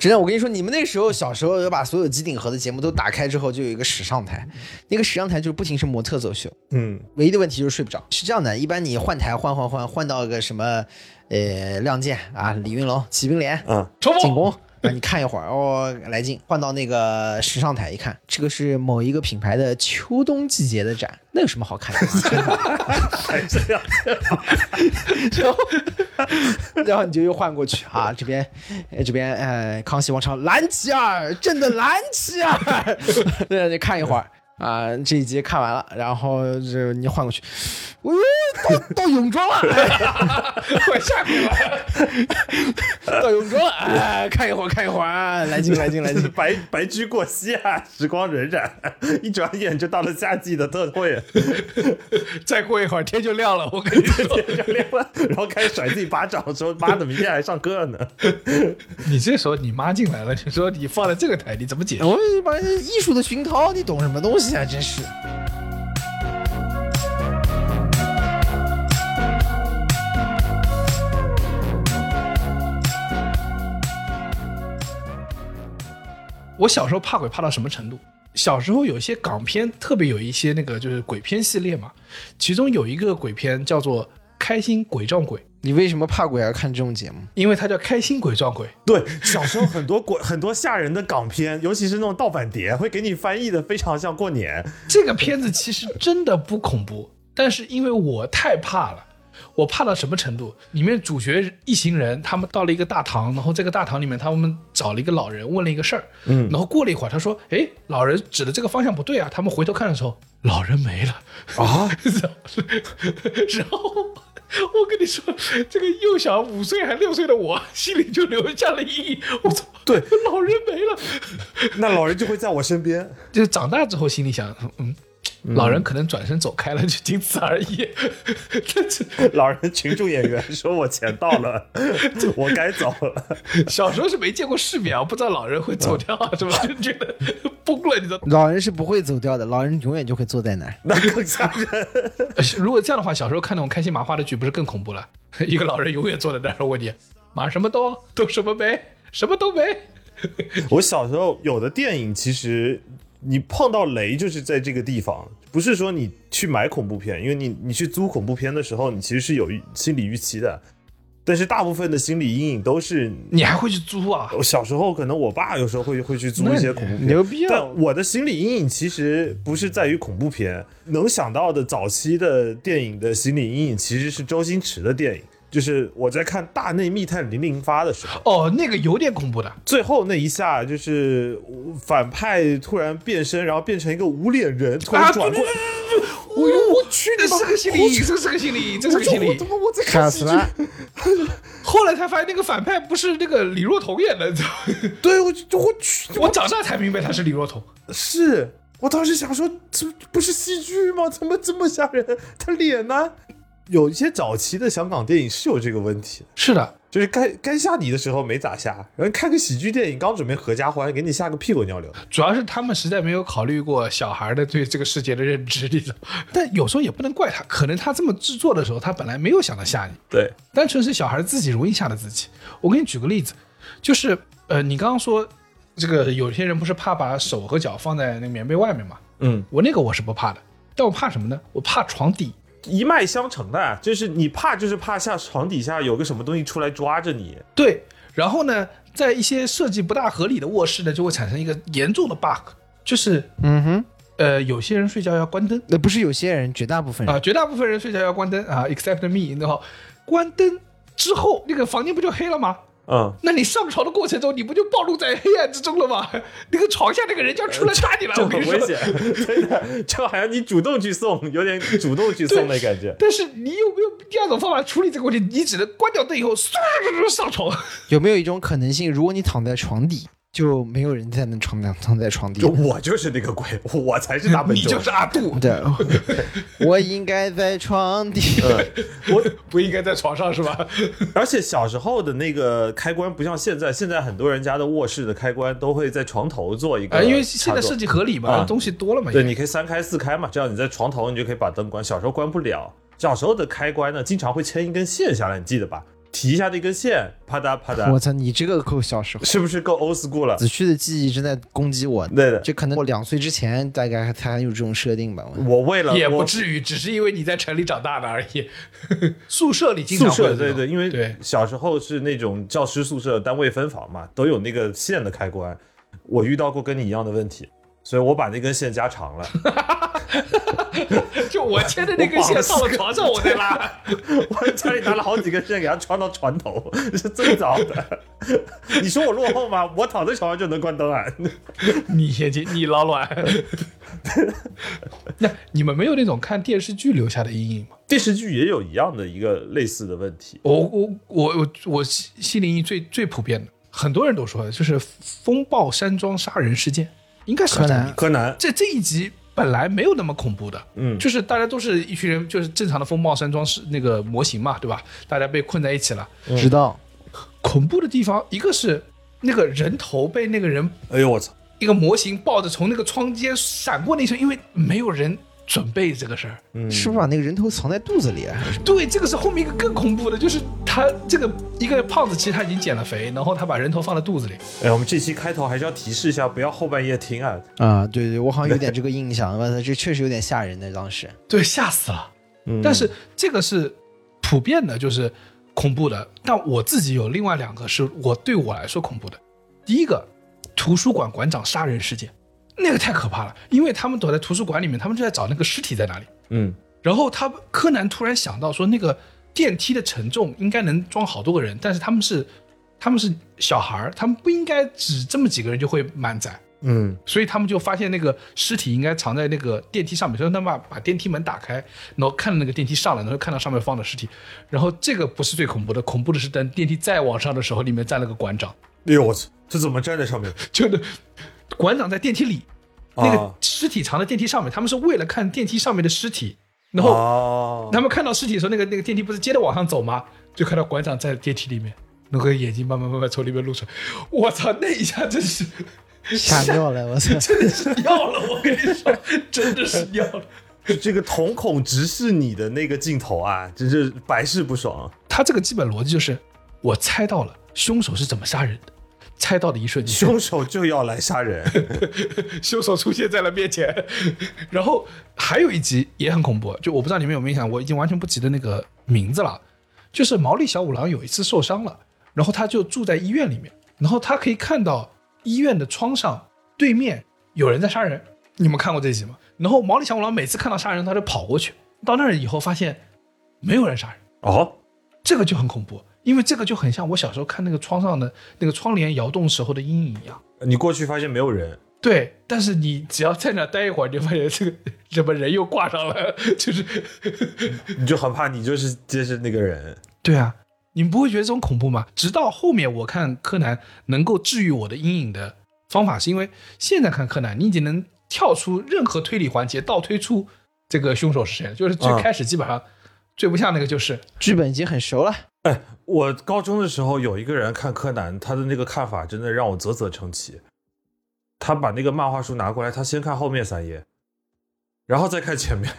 真的，我跟你说，你们那时候小时候要把所有机顶盒的节目都打开之后，就有一个时尚台，那个时尚台就是不停是模特走秀，
嗯，
唯一的问题就是睡不着。是这样的，一般你换台换换换换到个什么，呃，亮剑啊，李云龙、骑兵连、
啊
冲
进
锋
攻，啊，你看一会儿哦，来劲。换到那个时尚台一看，这个是某一个品牌的秋冬季节的展，那有什么好看的？ *laughs*
还这样，
然后， *laughs* 然后你就又换过去啊，这边，呃这边，呃，康熙王朝蓝旗儿，朕的蓝旗 *laughs* 儿，对，你看一会儿啊、这一集看完了，然后就你换过去，我、到到泳装了，哎我吓死了，到泳装了，哎，看一会儿，看一会儿，啊来 *laughs* 劲，来劲，来劲。
*laughs* 白白驹过隙啊，时光荏苒， *laughs* 一转眼就到了夏季的特 *laughs* 惠，
再过一会儿天就亮了，我跟你说，
然后开始甩自己巴掌，说妈的，明天还上课呢。 *laughs*
你这时候你妈进来了，你说你放在这个台，你怎么解释？
我这帮人艺术的熏陶，你懂什么东西啊？真是。
我小时候怕鬼怕到什么程度？小时候有一些港片，特别有一些那个就是鬼片系列嘛，其中有一个鬼片叫做《开心鬼撞鬼》，
你为什么怕鬼而看这种节目？
因为它叫《开心鬼撞鬼》。
对，小时候很多鬼，很多吓人的港片，尤其是那种盗版碟，会给你翻译的非常像过年。
这个片子其实真的不恐怖，但是因为我太怕了，我怕到什么程度？里面主角一行人他们到了一个大堂，然后这个大堂里面他们找了一个老人问了一个事儿，嗯，然后过了一会儿他说，哎，老人指的这个方向不对啊，他们回头看的时候，老人没了啊， *laughs* 然后。我跟你说，这个幼小五岁还六岁的我，心里就留下了阴影。我操，对，老人没了。
那老人就会在我身边，
就是长大之后心里想，嗯，老人可能转身走开了，就仅此而已。 *laughs* 但是
*laughs* 老人群众演员说我钱到
*laughs*
了，我该走了。
小时候是没见过世面啊，不知道老人会走掉啊，什么
*laughs*
就觉得崩了，你知道吗？ *laughs*
老人是不会走掉的，老人永远就会坐在那儿。
那更吓人。
如果这样的话，小时候看那种开心麻花的剧，不是更恐怖了？一个老人永远坐在那儿，问你马什么都都什么没，什么都没。
我小时候有的电影，其实你碰到雷就是在这个地方，不是说你去买恐怖片，因为你你去租恐怖片的时候，你其实是有预心理预期的，但是大部分的心理阴影都是。
你还会去租啊？
我小时候可能我爸有时候会会去租
那
一些
你
恐怖片，
牛逼啊！
但我的心理阴影其实不是在于恐怖片，能想到的早期的电影的心理阴影其实是周星驰的电影，就是我在看《大内密探零零发》的时候，
哦，那个有点恐怖的。
最后那一下就是反派突然变身，然后变成一个无脸人，突然
啊
转过来，
我哦我去，这是个心理阴影，这是个心理阴影，这是个心理
我
阴
他
影。
妈我在
卡
看喜
死
剧，
了！
后来才发现那个反派不是那个李若彤演的，你知道吗？
对我就我去，
我长大才明白他是李若彤。
是我当时想说，这不是戏剧吗？怎么这么吓人？他脸呢？有一些早期的香港电影是有这个问题的。
*laughs* 是的，
就是该该吓你的时候没咋吓，然后看个喜剧电影，刚准备合家欢，给你吓个屁滚尿流。
主要是他们实在没有考虑过小孩的对这个世界的认知，你知道。 *laughs* 但有时候也不能怪他，可能他这么制作的时候，他本来没有想到吓你，
对，
单纯是小孩自己容易吓到自己。我给你举个例子，就是呃，你刚刚说这个有些人不是怕把手和脚放在那个棉被外面嘛？
嗯，
我那个我是不怕的，但我怕什么呢？我怕床底。
一脉相承的啊，就是你怕就是怕下床底下有个什么东西出来抓着你。
对，然后呢，在一些设计不大合理的卧室呢，就会产生一个严重的 bug，就是
嗯哼，
呃，有些人睡觉要关灯。
那不是有些人，绝大部分
啊、
人。
绝大部分人睡觉要关灯啊，except me，然后关灯之后，那个房间不就黑了吗？ *laughs*
嗯，
那你上床的过程中，你不就暴露在黑暗之中了吗？ *laughs* 那个床下那个人就要出来杀你了，
这
我跟
很
你
危
说。
险， *laughs* 真的，就好像你主动去送，有点主动去送的感觉。
但是你有没有第二种方法处理这个问题？你只能关掉灯以后，嗖嗖嗖上床。
有没有一种可能性，如果你躺在床底，就没有人在那床躺躺在床底
就？我就是那个鬼， *laughs* 我才是大
*laughs*
本
你
钟。
就是阿杜，
*laughs* 对，嗯我应该在床 *laughs* 底。
我
不应该在床上是吧？
而且小时候的那个开关不像现在，现在很多人家的卧室的开关都会在床头做一个
啊，
插座，
因为现在设计合理嘛，
啊
东西多了
哎
嘛。
对，你可以三开四开嘛，这样你在床头你就可以把灯关。小时候关不了，小时候的开关呢，经常会牵一根线下来，你记得吧？提一下这根线，啪嗒啪嗒
我，操，你这个够小时候。
是不是够 old school 了？
子旭的记忆正在攻击我，
对的
这可能我两岁之前大概还才有这种设定吧。我
我为了
也不
我
至于，只是因为你在城里长大的而已。 *laughs* 宿舍里经
宿
常会
舍
有这
对
种
对，因为
对
小时候是那种教师宿舍单位分房嘛，都有那个线的开关。我遇到过跟你一样的问题，所以我把那根线加长
*laughs*
了。
*laughs* 就我牵着那根线到了床上，我再 *laughs* 拉。
我家里拿了好几根线给它穿到床头，这是最早的。你说我落后吗？我躺在床上就能关灯啊！
你眼睛，你老卵。 *laughs* 那你们没有那种看电视剧留下的阴影吗？
电视剧也有一样的一个类似的问题。
我我我我我西西林最最普遍的，很多人都说的就是风暴山庄杀人事件，应该是
柯南
柯南，
这这一集本来没有那么恐怖的，
嗯
就是大家都是一群人，就是正常的风暴山庄是那个模型嘛，对吧？大家被困在一起了。
知道，
恐怖的地方，一个是那个人头被那个人
哎呦我操！
一个模型抱着从那个窗间闪过那一瞬，因为没有人准备这个事儿。
是不是把那个人头藏在肚子里啊了？还是什么
对，这个是后面一个更恐怖的，就是他这个一个胖子，其实他已经减了肥，然后他把人头放在肚子里。
哎，我们这期开头还是要提示一下，不要后半夜听啊。
啊，对对，我好像有点这个印象。我操，这确实有点吓人的，当时
对，吓死了。
嗯
但是这个是普遍的，就是恐怖的。但我自己有另外两个是我对我来说恐怖的。第一个，图书馆馆长杀人事件，那个太可怕了，因为他们躲在图书馆里面，他们就在找那个尸体在哪里。
嗯，
然后他柯南突然想到说，那个电梯的承重应该能装好多个人，但是他们是他们是小孩儿，他们不应该只这么几个人就会满载。
嗯，
所以他们就发现那个尸体应该藏在那个电梯上面，所以他们把把电梯门打开，然后看到那个电梯上来，然后看到上面放的尸体，然后这个不是最恐怖的，恐怖的是等电梯再往上的时候，里面站了个馆长，
哎呦我操，这怎么站在上面？
就那馆长在电梯里，那
啊
个尸体藏在电梯上面，他们是为了看电梯上面的尸体，然后
哦
他们看到尸体的时候，那个那个电梯不是接着往上走吗？就看到馆长在电梯里面，那个眼睛慢慢慢慢从里面露出来，我操，那一下真是。
吓尿了，我 *laughs* 操！
真的是尿了，我跟你说，真的是尿了。
这个瞳孔直视你的那个镜头啊，真是百试不
*laughs*
爽。
他这个基本逻辑就是，我猜到了凶手是怎么杀人的，猜到的一瞬间，
凶手就要来杀人，
*laughs* 凶手出现在了面前。 *laughs* 然后还有一集也很恐怖，就我不知道你们有没有印象，我已经完全不记得那个名字了。就是毛利小五郎有一次受伤了，然后他就住在医院里面，然后他可以看到医院的窗上对面有人在杀人。你们看过这集吗？然后毛利小五郎每次看到杀人，他就跑过去，到那儿以后发现没有人杀人。
哦，
这个就很恐怖，因为这个就很像我小时候看那个窗上的那个窗帘摇动时候的阴影一样。
你过去发现没有人，
对，但是你只要在那儿待一会儿，你就发现这个 *laughs* 什么人又挂上了， *laughs* 就是，
你就很怕你就是就是那个人。
对啊，你们不会觉得这种恐怖吗？直到后面我看柯南能够治愈我的阴影的方法，是因为现在看柯南，你已经能跳出任何推理环节，倒推出这个凶手是谁了。就是最
嗯
开始基本上最不像那个就是 *laughs*
剧本已经很熟了，
我高中的时候有一个人看柯南，他的那个看法真的让我啧啧称奇。他把那个漫画书拿过来，他先看后面三页，然后再看前面。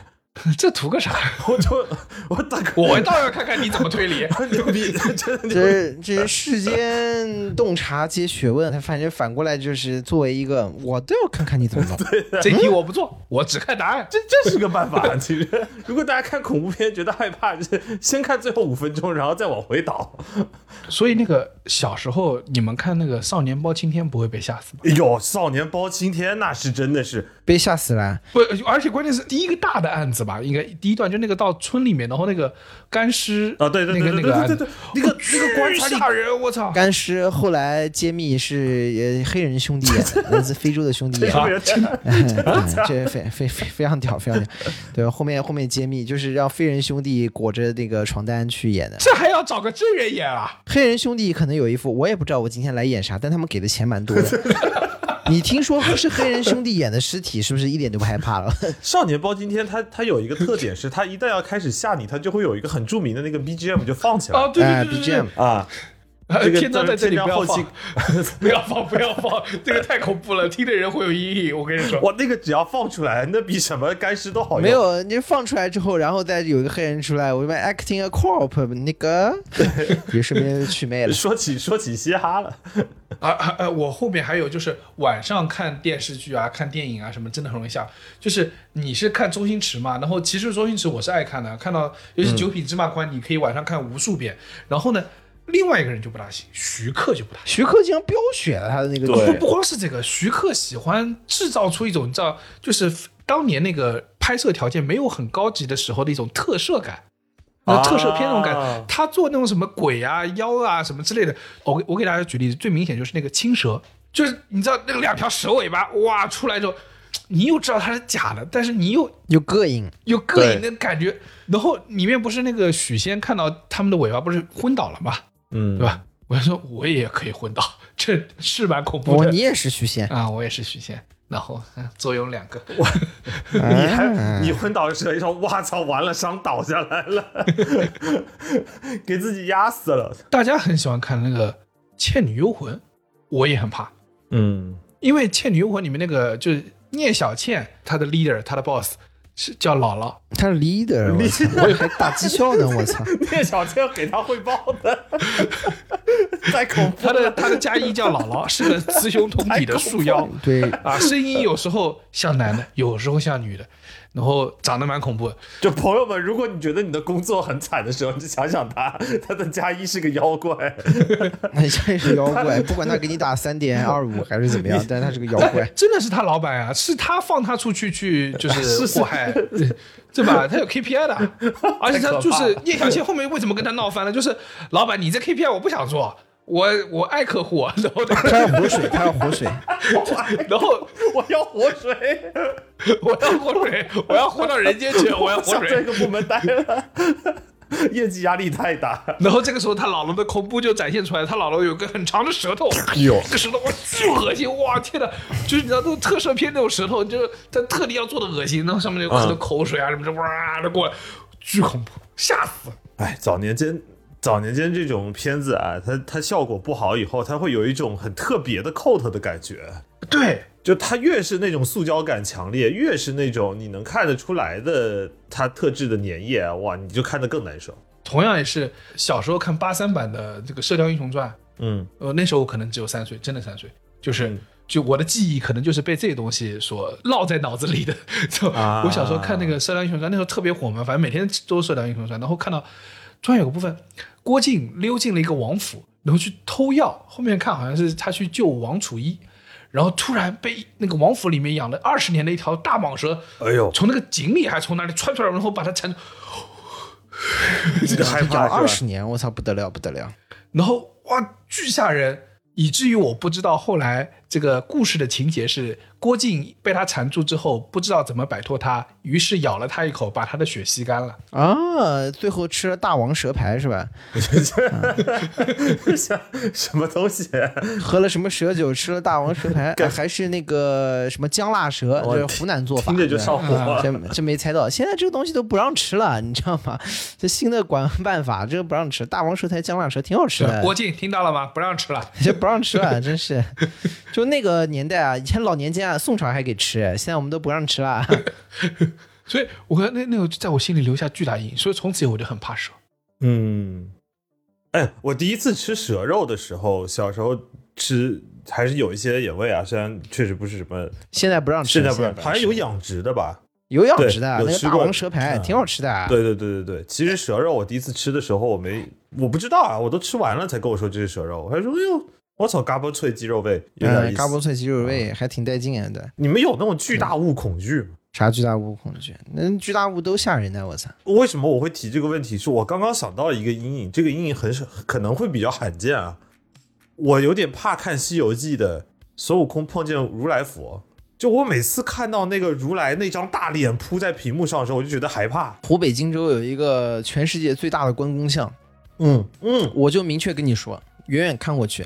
这图个啥？
我就我大哥， *laughs*
我倒要看看你怎么推理。
牛 *laughs* 逼，真
*laughs*
的牛逼！
这这世间洞察皆学问。 *laughs* 他反正反过来就是作为一个，我都要看看你
*laughs*
怎么弄。
这题我不做，我只看答案。
啊嗯这这是个办法。啊其实，如果大家看恐怖片觉得害怕，就是先看最后五分钟，然后再往回倒。
所以那个小时候你们看那个《少年包青天》不会被吓死吗？
哎呦，少年包青天那是真的 *laughs* 是，
被吓死了，
不，而且关键是第一个大的案子吧，应该第一段就那个到村里面，然后那个干尸
啊对对对
那个
对
那个
对
案子
对对对那个
哦
那个棺材
巨
里
吓人，我操！
干尸后来揭秘是呃黑人
*laughs*
兄弟演的，来自非洲的兄弟演的。
特别真的
*laughs* 嗯这非非非非常屌，非常屌。对，后面后面揭秘就是让飞人兄弟裹着那个床单去演的。
这还要找个真人演啊？
黑人兄弟可能有一副，我也不知道我今天来演啥，但他们给的钱蛮多的。
*laughs*
你听说是黑人兄弟演的尸体，是不是一点都不害怕了？
*laughs* 少年包青天它，它有一个特点是，它一旦要开始吓你，它就会有一个很著名的那个 BGM 就放起来。
啊，对
哎
对对对对
，BGM
啊，
呃
*laughs* 这个
天章在这里不要放
天， *laughs*
不要放，不要放，这个太恐怖了，听的人会有阴影。我跟你说，
我那个只要放出来，那比什么干尸都好用。
没有，你放出来之后，然后再有一个黑人出来，我们 acting a corp 那 *laughs* 个也顺便去魅了。 *laughs*
说起说起嘻哈了，
啊啊呃，我后面还有就是晚上看电视剧啊、看电影啊什么，真的很容易下。就是你是看周星驰嘛，然后其实周星驰我是爱看的，看到尤其《九品芝麻官》，你可以晚上看无数遍。然后呢，另外一个人就不大行，徐克就不大行。
徐克竟然飙血了他的那个
对
剧，
不光是这个，徐克喜欢制造出一种你知道，就是当年那个拍摄条件没有很高级的时候的一种特摄感。那
啊
特摄片那种感觉，他做那种什么鬼啊、妖啊什么之类的，我给我给大家举例子，最明显就是那个青蛇，就是你知道那个两条蛇尾巴哇出来之后，你又知道它是假的，但是你又
有膈应。
有膈应的感觉。然后里面不是那个许仙看到他们的尾巴不是昏倒了嘛，
嗯
对，吧？我就说我也可以昏倒， *laughs* 这是蛮恐怖
哦，
的。
你也是许仙，
*laughs* 啊，我也是许仙，然后嗯作用两个，
*laughs* 你
嗯
你
啊
还你昏倒的时候一说，哇操，完了，伤倒下来了， *laughs* 给自己压死了。
大家很喜欢看那个《倩女幽魂》，我也很怕，
*laughs* 嗯，
因为《倩女幽魂》里面那个就是聂小倩，她的 leader，她的 boss 是叫姥姥，
他是 leader，我操，我以为打绩效呢，我操，
聂小倩要给他汇报的，太恐怖
她
了。
的她的加一叫姥 *laughs* 姥，是个雌雄同体的树妖
*laughs* 对，
啊，声音有时候像男的，有时候像女的，然后长得蛮恐怖的。
就朋友们，如果你觉得你的工作很惨的时候，你就想想他，他的加一是个妖怪，
那真是妖怪，不管他给你打三点二五还是怎么样，但是他是个妖怪
但。哎真的是他老板啊，是他放他出去去就
*laughs*
是祸害，对吧？他有 KPI 的，啊而且他就是聂小倩后面为什么跟他闹翻了？就是老板，你这 KPI 我不想做，我我爱客户，啊 *laughs* 然后
*laughs* 他要活水，他要活水，
然后
我要活水，
*laughs* 我要活水，我要活到人间去，我要
我
活
想这
水。
个部门待了，业绩压力太大。
然后这个时候，他姥姥的恐怖就展现出来。他姥姥有个很长的舌头，
呦
这个舌头哇巨恶心，哇天哪！就是你知道那种特摄片那种舌头，就是他特地要做的恶心，然后上面有很多口水啊什么的，哇的过来，巨恐怖，吓死！
哎，早年间，早年间这种片子啊，它它效果不好以后，它会有一种很特别的 cult 的感觉。
对，
就它越是那种塑胶感强烈，越是那种你能看得出来的它特制的粘液啊，哇，你就看得更难受。
同样也是小时候看八三版的这个《射雕英雄传》，
嗯，
呃，那时候我可能只有三岁，真的三岁，就是、就我的记忆可能就是被这些东西所烙在脑子里的。就、
啊
我小时候看那个《射雕英雄传》，那时候特别火嘛，反正每天都《射雕英雄传》，然后看到突然有个部分，郭靖溜进了一个王府，然后去偷药，后面看好像是他去救王楚一。然后突然被那个王府里面养了二十年的一条大蟒蛇，
哎呦
从那个井里还从哪里窜出来，然后把它缠住，
这个害
养
怕
二
是
十年，我操，不得了，不得了。
然后哇，巨吓人，以至于我不知道后来这个故事的情节是郭靖被他缠住之后，不知道怎么摆脱他，于是咬了他一口，把他的血吸干了。
啊，最后吃了大王蛇牌是吧？
*laughs* 吧？像什么东西？啊
喝了什么蛇酒，吃了大王蛇牌，啊还是那个什么姜辣蛇，
我
这是湖南做法，
听着就
对
上火。
真真没猜到，现在这个东西都不让吃了， *laughs* 你知道吗？这新的管办法，这个不让吃。大王蛇才姜辣蛇挺好吃
啊
的，
郭靖听到了吗？不让吃了。
*laughs* 这不让吃了， *laughs* 真是。就那个年代啊，以前老年间啊，宋朝还给吃，现在我们都不让吃了。 *laughs*
所以我看那那个就在我心里留下巨大阴影，所以从此以后我就很怕蛇。
嗯，哎，我第一次吃蛇肉的时候，小时候吃还是有一些野味啊，虽然确实不是什么，
现在不让吃，
现在不
不
是，
让
好像
吃
有养殖的吧？
有养
对
殖的，
有
那个
吃
大
过
王蛇牌
嗯
挺好吃的。
对对对对对，其实蛇肉我第一次吃的时候，我没我不知道啊，我都吃完了才跟我说这是蛇肉，我还说哎呦，我操，嘎嘣脆鸡肉味，有点
嗯，
意思。
嘎嘣脆鸡肉味还挺带劲啊，对。
你们有那种巨大物恐惧吗？
啥巨大物恐惧？那巨大物都吓人的，我操！
为什么我会提这个问题？是我刚刚想到一个阴影，这个阴影很少，可能会比较罕见啊。我有点怕看《西游记》的孙悟空碰见如来佛，就我每次看到那个如来那张大脸扑在屏幕上的时候，我就觉得害怕。
湖北荆州有一个全世界最大的关公像，
嗯嗯，
我就明确跟你说，远远看过去，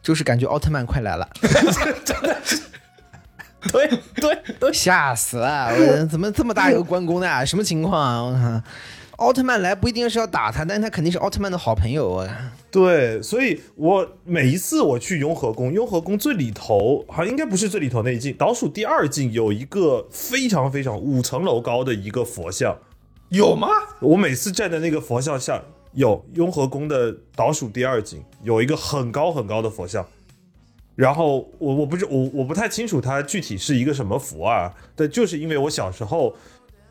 就是感觉奥特曼快来了，
*laughs* 对对对，
吓死了！我怎么这么大一个关公呢？什么情况啊？我操！奥特曼来不一定是要打他，但是他肯定是奥特曼的好朋友啊。
对，所以我每一次我去雍和宫，雍和宫最里头，好像应该不是最里头那一进，倒数第二进有一个非常非常五层楼高的一个佛像，
有吗？
我每次站在那个佛像下，有雍和宫的倒数第二景有一个很高很高的佛像，然后我我不是我我不太清楚它具体是一个什么佛啊，但就是因为我小时候，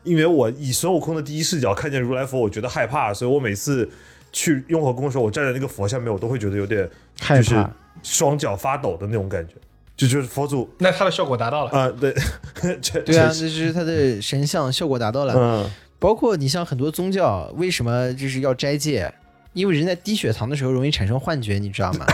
因为我以孙悟空的第一视角看见如来佛，我觉得害怕，所以我每次去雍和宫的时候，我站在那个佛下面，我都会觉得有点
害怕
就是双脚发抖的那种感觉，就就是佛祖
那它的效果达到了。
啊、对， *laughs* 这
对啊，
这
这
是
就是他的神像效果达到了。
嗯，
包括你像很多宗教，为什么就是要斋戒？因为人在低血糖的时候容易产生幻觉，你知道吗？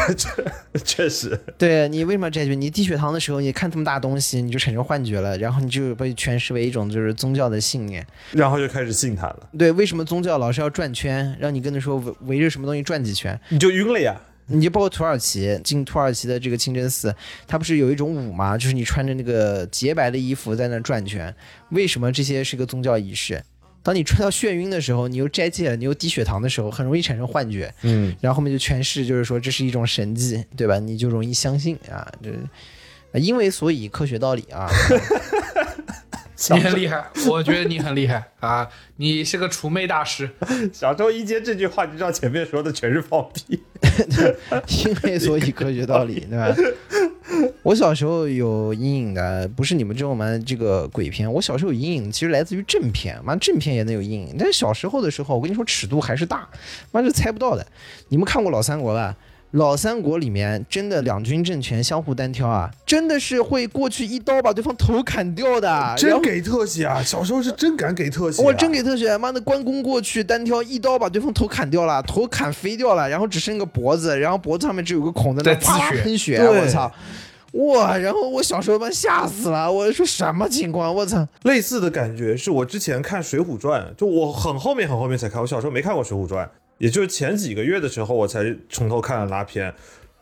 确实，
对你为什么要斋戒？你低血糖的时候，你看这么大东西，你就产生幻觉了，然后你就被诠释为一种就是宗教的信念。
然后就开始信他了，
对，为什么宗教老是要转圈，让你跟着说围围着什么东西转几圈？
你就晕了呀。
你就包括土耳其，进土耳其的这个清真寺，它不是有一种舞吗？就是你穿着那个洁白的衣服在那转圈。为什么这些是一个宗教仪式？当你穿到眩晕的时候，你又斋戒了，你又低血糖的时候，很容易产生幻觉。
嗯，
然后后面就诠释，就是说这是一种神迹，对吧？你就容易相信啊，这呃因为所以科学道理啊。 *laughs*
你很厉害， *laughs* 我觉得你很厉害啊！你是个除魅大师。
小周一接这句话，就知道前面说的全是放屁。
因为所以科学道理，对吧？我小时候有阴影的，不是你们这种嘛这个鬼片，我小时候有阴影，其实来自于正片，妈正片也能有阴影，但是小时候的时候，我跟你说尺度还是大，妈是猜不到的。你们看过老三国吧？老三国里面真的两军政权相互单挑啊，真的是会过去一刀把对方头砍掉的，然
真
后
给特写啊！小时候是真敢给特写、啊，
我真给特写，妈的关公过去单挑一刀把对方头砍掉了，头砍飞掉了，然后只剩个脖子，然后脖子上面只有个孔在那
在滋
哗啦
血
喷血，
对
我操！哇！然后我小时候把吓死了，我说什么情况？我操！
类似的感觉是我之前看《水浒传》，就我很后面很后面才看，我小时候没看过《水浒传》，也就是前几个月的时候我才从头看了拉片。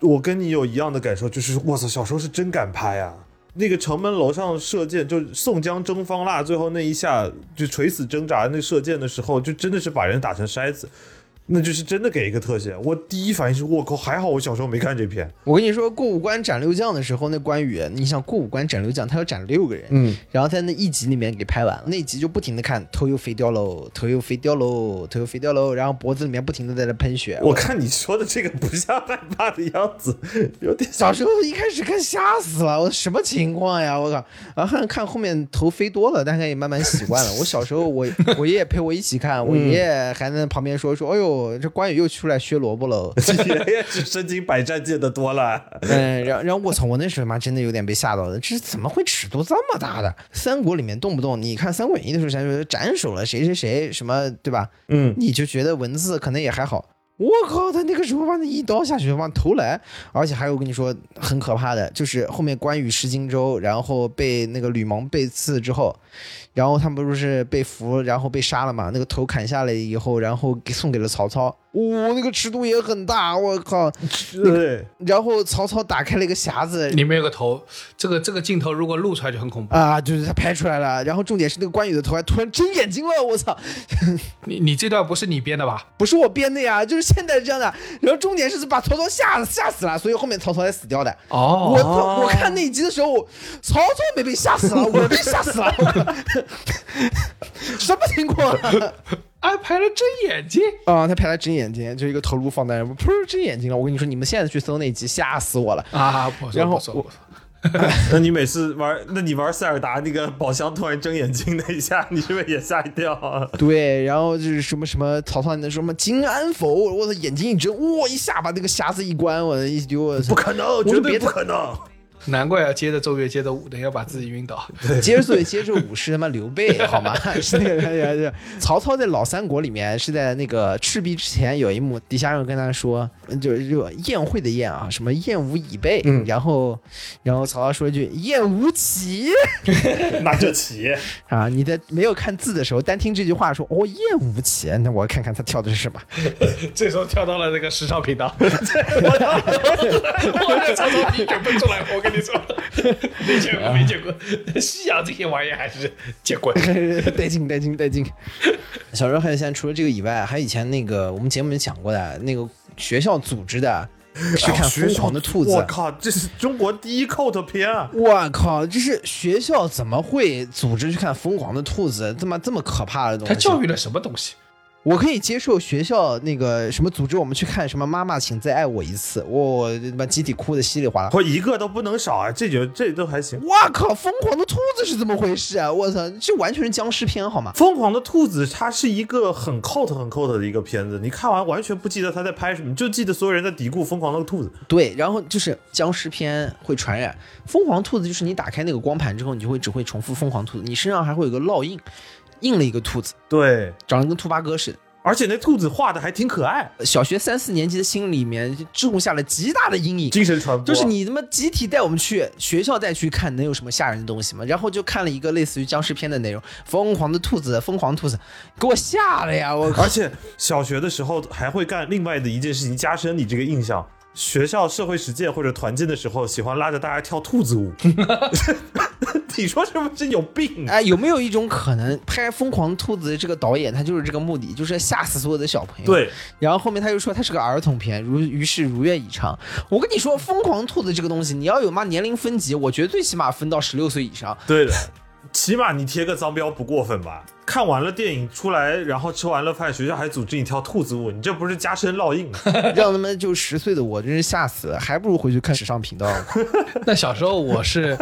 我跟你有一样的感受，就是我操，小时候是真敢拍啊！那个城门楼上射箭，就宋江征方腊最后那一下就垂死挣扎那射箭的时候，就真的是把人打成筛子，那就是真的给一个特写。我第一反应是我靠，还好我小时候没看这片。
我跟你说，过五关斩六将的时候，那关羽，你想过五关斩六将，他要斩六个人，
嗯，
然后在那一集里面给拍完了，那一集就不停的看，头又飞掉喽，头又飞掉喽，头又飞掉喽，然后脖子里面不停的在那喷血。
我看你说的这个不像害怕的样子，有点
小时候一开始看吓死了，我什么情况呀？我靠！ *laughs* 然后看看后面头飞多了，大概也慢慢习惯了。我小时候我 *laughs* 我爷爷陪我一起看，我爷爷还在旁边说说：“哎呦，这关羽又出来削萝卜喽。
*laughs* 爷爷是身经百战见得多了。”
嗯，然后然后我操，我那时候妈真的有点被吓到了，这怎么会尺度这么大的？三国里面动不动你看《三国演义》的时候，咱就说斩首了谁谁谁什么，对吧？
嗯，
你就觉得文字可能也还好。我靠，他那个时候把那一刀下去往头来，而且还有我跟你说很可怕的，就是后面关羽失荆州，然后被那个吕蒙被刺之后，然后他们不是被俘，然后被杀了嘛？那个头砍下来以后，然后给送给了曹操。哇、那个尺度也很大，我靠！
对，
然后曹操打开了一个匣子，
里面有个头，这个这个镜头如果露出来就很恐怖。
啊，就是他拍出来了。然后重点是那个关羽的头还突然睁眼睛了，我操！
你你这段不是你编的吧？
不是我编的呀，就是现在是这样的。然后重点是把曹操吓吓死了，所以后面曹操才死掉的。
哦
我操！我看那一集的时候，我曹操没被吓死了，我被吓死了， *laughs* 什么情况啊？
安排了真眼睛，
啊，他拍他睁眼睛，就一个头颅放在那，噗睁眼睛了。我跟你说，你们现在去搜那一集，吓死我了。
啊，不错
然后
不错不错，
那你每次玩，那你玩塞尔达那个宝箱突然睁眼睛那一下，你是不是也吓一跳啊？
对，然后就是什么什么曹操那什么金安否，我操，眼睛一睁，哇，一下把那个匣子一关，我一丢，我操
*laughs* 不可能，
说
绝对
别
不可能！
难怪要接着奏乐，接着舞的，要把自己晕倒。
接着做接着舞是他妈刘备好吗？是那个是是曹操在老三国里面是在那个赤壁之前有一幕，底下人跟他说，就是就宴会的宴啊，什么宴无以备，然后然后曹操说一句宴无期
那就起，
啊，你在没有看字的时候，单听这句话说哦宴无期，那我看看他跳的是什么。
*laughs* 这时候跳到了那个时尚频 *laughs* 道，我操！我这操作你准备出来，我跟你说，没见过
*laughs*
没见过，西洋这些玩意儿还是见过。
带劲带劲带劲！小时候还有现在除了这个以外，还有以前那个我们节目里讲过的那个学校组织的去看《疯狂的兔子啊
我》。靠，这是中国第一 cult 片啊！
我靠！这是学校怎么会组织去看《疯狂的兔子》这么这么可怕的东西？
他教育了什么东西？
我可以接受学校那个什么组织我们去看什么“妈妈请再爱我一次”，我我他妈集体哭的稀里哗啦。
我一个都不能少啊，这就这都还行。
我靠！疯狂的兔子是怎么回事啊？我操！这完全是僵尸片好吗？
疯狂的兔子，它是一个很 cult 很 cult 的一个片子，你看完完全不记得他在拍什么，就记得所有人在嘀咕疯狂的兔子。
对，然后就是僵尸片会传染，疯狂兔子就是你打开那个光盘之后，你就会只会重复疯狂兔子，你身上还会有个烙印，印了一个兔子，
对，
长得跟兔八哥似的。呃
而且那兔子画的还挺可爱，
小学三四年级的心里面就种下了极大的阴影，
精神传播
就是你他妈集体带我们去学校再去看，能有什么吓人的东西吗？然后就看了一个类似于僵尸片的内容，《疯狂的兔子》，疯狂兔子，给我吓的呀！我靠
*laughs* 而且小学的时候还会干另外的一件事情，加深你这个印象。学校社会实践或者团建的时候，喜欢拉着大家跳兔子舞。 *laughs* 你说是不是有病？啊
哎，有没有一种可能，拍《疯狂兔子》的这个导演他就是这个目的，就是吓死所有的小朋友？。
对，
然后后面他又说他是个儿童片，如于是如愿以偿。我跟你说，《疯狂兔子》这个东西，你要有嘛年龄分级，我觉得最起码分到十六岁以上。
对的，起码你贴个脏标不过分吧？看完了电影出来，然后吃完了饭，学校还组织你跳兔子舞，你这不是加深烙印吗？啊
让他们就十岁的我真是吓死了，还不如回去看时尚频道。
那小时候我是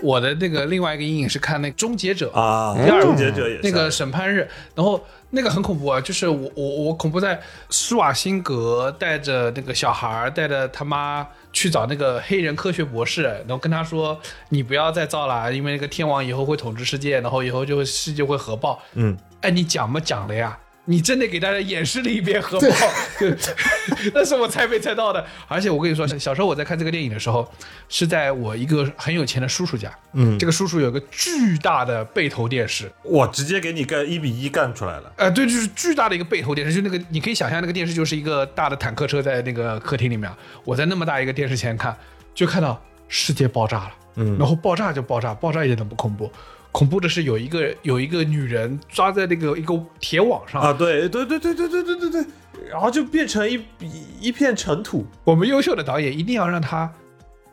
我的那个另外一个阴影是看那个《终结者》
啊，
第二
终结者也是
那个审判日，然后那个很恐怖啊，就是我我我恐怖在施瓦辛格带着那个小孩儿，带着他妈去找那个黑人科学博士，然后跟他说你不要再造了，啊因为那个天王以后会统治世界，然后以后就会世界会核爆。
嗯，
哎，你讲嘛讲了呀？你真的给大家演示了一遍核爆，就 *laughs* 那是我猜没猜到的。而且我跟你说，小时候我在看这个电影的时候，是在我一个很有钱的叔叔家。嗯，这个叔叔有个巨大的背投电视，
我直接给你干一比一干出来了。
呃，对，就是巨大的一个背投电视，就那个你可以想象那个电视就是一个大的坦克车在那个客厅里面啊，我在那么大一个电视前看，就看到世界爆炸了，嗯，然后爆炸就爆炸，爆炸一点都不恐怖，恐怖的是有一个有一个女人抓在那个一个铁网上，
啊，对对对对对对对对对，然后就变成一一片尘土，
我们优秀的导演一定要让他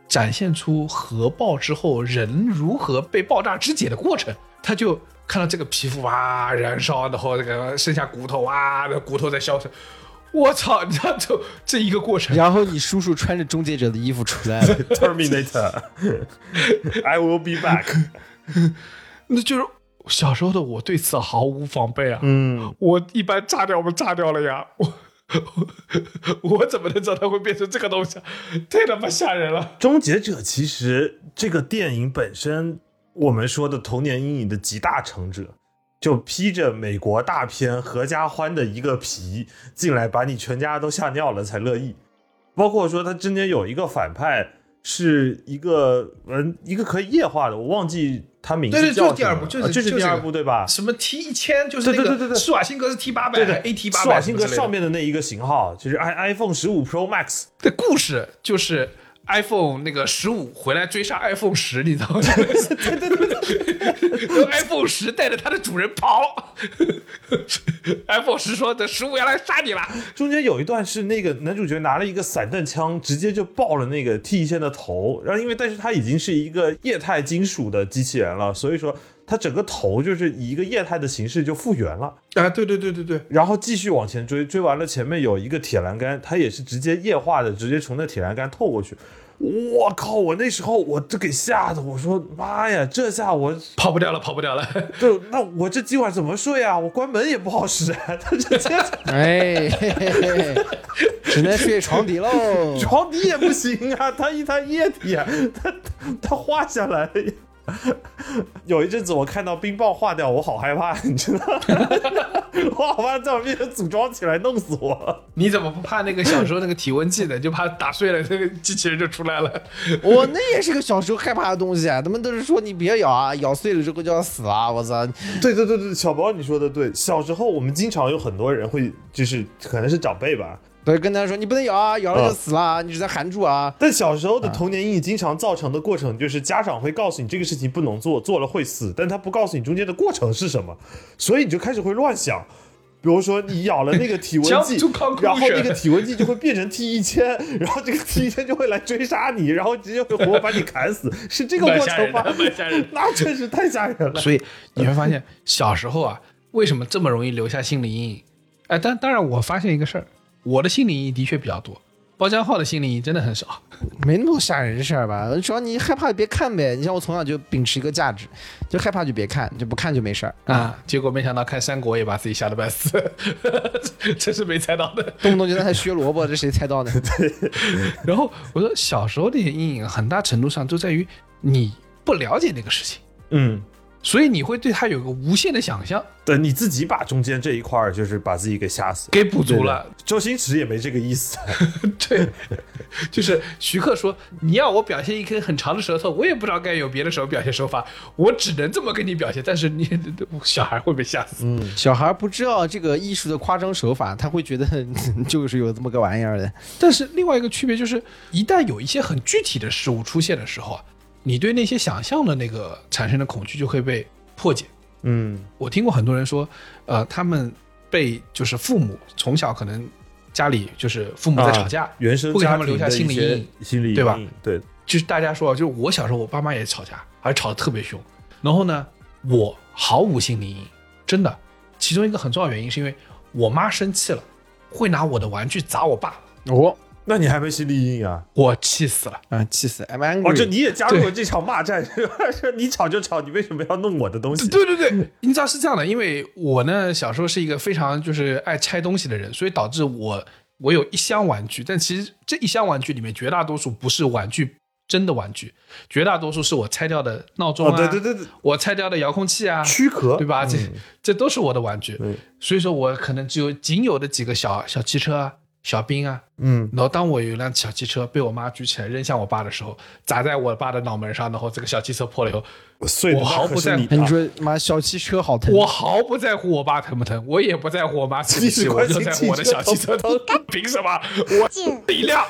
展现出核爆之后人如何被爆炸肢解的过程。他就看到这个皮肤啊燃烧，然后这个剩下骨头啊，那骨头在消失。我操！你知道就这一个过程，
嗯
然后你叔叔穿着终结者的衣服出来了，
*laughs*
*laughs*
Terminator，I will be back。
那就是小时候的我对此毫无防备啊。嗯，我一般炸掉不炸掉了呀，我 *laughs* 我我怎么能知道它会变成这个东西啊？太他妈吓人了！
终结者其实这个电影本身，我们说的童年阴影的集大成者，就披着美国大片合家欢的一个皮进来，把你全家都吓尿了才乐意。包括说他中间有一个反派，是一个嗯一个可以液化的，我忘记他名字
对对
叫
就是第
什么
二部就是
啊这
就
是
是
第
这
二
个
部对吧？
什么 T 一千，就是那个
对对对对对
施瓦辛格是 T 八百
对对
，A T 八百，
施瓦辛格上面的那一个型号，就是 i iPhone 十五 Pro Max，
的故事就是 iPhone 那个十五回来追杀 iPhone 十，你知道吗？对对 *laughs* 对对，iPhone 十带着它的主人跑 *laughs* ，iPhone 十说：“这十五要来杀你了。
中间有一段是那个男主角拿了一个散弹枪，直接就爆了那个 T 一千的头，然后因为但是它已经是一个液态金属的机器人了，所以说它整个头就是以一个液态的形式就复原了，”
啊，对对对对对，
然后继续往前追，追完了前面有一个铁栏杆，它也是直接液化的，直接从那铁栏杆透过去。我靠！我那时候我这给吓得，我说妈呀，这下我
跑不掉了，跑不掉了。 *laughs*
对，那我这今晚怎么睡啊？我关门也不好使啊，他这这
哎，嘿嘿嘿只能睡床底喽。
床底也不行啊，它一滩液体、 *laughs* 啊，它它化下来。有一阵子我看到冰雹化掉，我好害怕，你知 *laughs* 道吗？我好怕在我面前组装起来弄死我。
你怎么不怕那个小时候那个体温计呢？就怕打碎了，那个机器人就出来了。
我那也是个小时候害怕的东西啊，他们都是说你别咬啊，咬碎了之后就要死啊！我操，
对对对对，小宝你说的对。小时候我们经常有很多人会，就是可能是长辈吧，
对，跟他说你不能咬啊，咬了就
嗯
死了啊，你只能含住啊。
但小时候的童年阴影经常造成的过程，就是家长会告诉你这个事情不能做，做了会死，但他不告诉你中间的过程是什么，所以你就开始会乱想。比如说你咬了那个体温
*laughs* Jump
计
to conclusion，
然后那个体温计就会变成 T 一千， *laughs* 然后这个 T 一千就会来追杀你，然后直接会活把你砍死，是这个
蛮
过
吓人
程吗
的，？蛮吓人的。
*laughs* 那真是太吓人了。
*laughs* 所以你会发现，小时候啊，为什么这么容易留下心理阴影？哎，但当然，我发现一个事儿，我的心理阴影的确比较多，包浆浩的心理阴影真的很少。
没那么多吓人的事儿吧？只要你害怕就别看呗。你像我从小就秉持一个价值，就害怕就别看，就不看就没
*laughs*
事儿，
啊！结果没想到看三国也把自己吓得半死， *laughs* 真是没猜到的。
动不动就在那削萝卜，这谁猜
*laughs*
到呢？
然后我说，小时候那些阴影很大程度上就在于你不了解那个事情，
嗯，
所以你会对它有个无限的想象，
对，你自己把中间这一块儿就是把自己给吓死。
给补足了。
周星驰也没这个意思， *laughs*
*laughs* 对，就是徐克说，你要我表现一根很长的舌头，我也不知道该有别的什么表现手法，我只能这么跟你表现。但是你 *laughs* 小孩会被吓死，
小孩不知道这个艺术的夸张手法，他会觉得嗯就是有这么个玩意儿的。
但是另外一个区别就是，一旦有一些很具体的事物出现的时候啊，你对那些想象的那个产生的恐惧就会被破解。
嗯，
我听过很多人说，呃，他们被就是父母从小可能家里就是父母在吵架，
啊原生
不给他们
家
留
庭
下
的
心
一
理
些
阴影，
心理
对吧
阴影？对，
就是大家说，啊，就是我小时候我爸妈也吵架，而且吵得特别凶。然后呢，我毫无心理阴影，真的。其中一个很重要的原因是因为我妈生气了，会拿我的玩具砸我爸，
哦，
那你还没心理阴影啊？
我气死了。
啊，气死！I'm
哦，这
angry。
你也加入了这场骂战 *laughs* 是吧？说你吵就吵，你为什么要弄我的东西？
对对对，你知道是这样的，因为我呢小时候是一个非常就是爱拆东西的人，所以导致我我有一箱玩具，但其实这一箱玩具里面绝大多数不是玩具真的玩具，绝大多数是我拆掉的闹钟
哦，
啊，
对对对对，
我拆掉的遥控器啊，
躯壳嗯
对？吧？这这都是我的玩具
对，
所以说我可能只有仅有的几个小小汽车啊、小兵啊。
嗯，
然后当我有一辆小汽车被我妈举起来扔向我爸的时候，砸在我爸的脑门上，然后这个小汽车破了以后，
碎的
我毫
那
不
可是
在
你啊
你
的。
说妈小汽车好疼，
*laughs* 我毫不在乎我爸疼不疼，我也不在乎我妈生不
你
气，
只
我
关
就
心
在乎我的小汽车疼。 *laughs* 凭什么？我是一辆。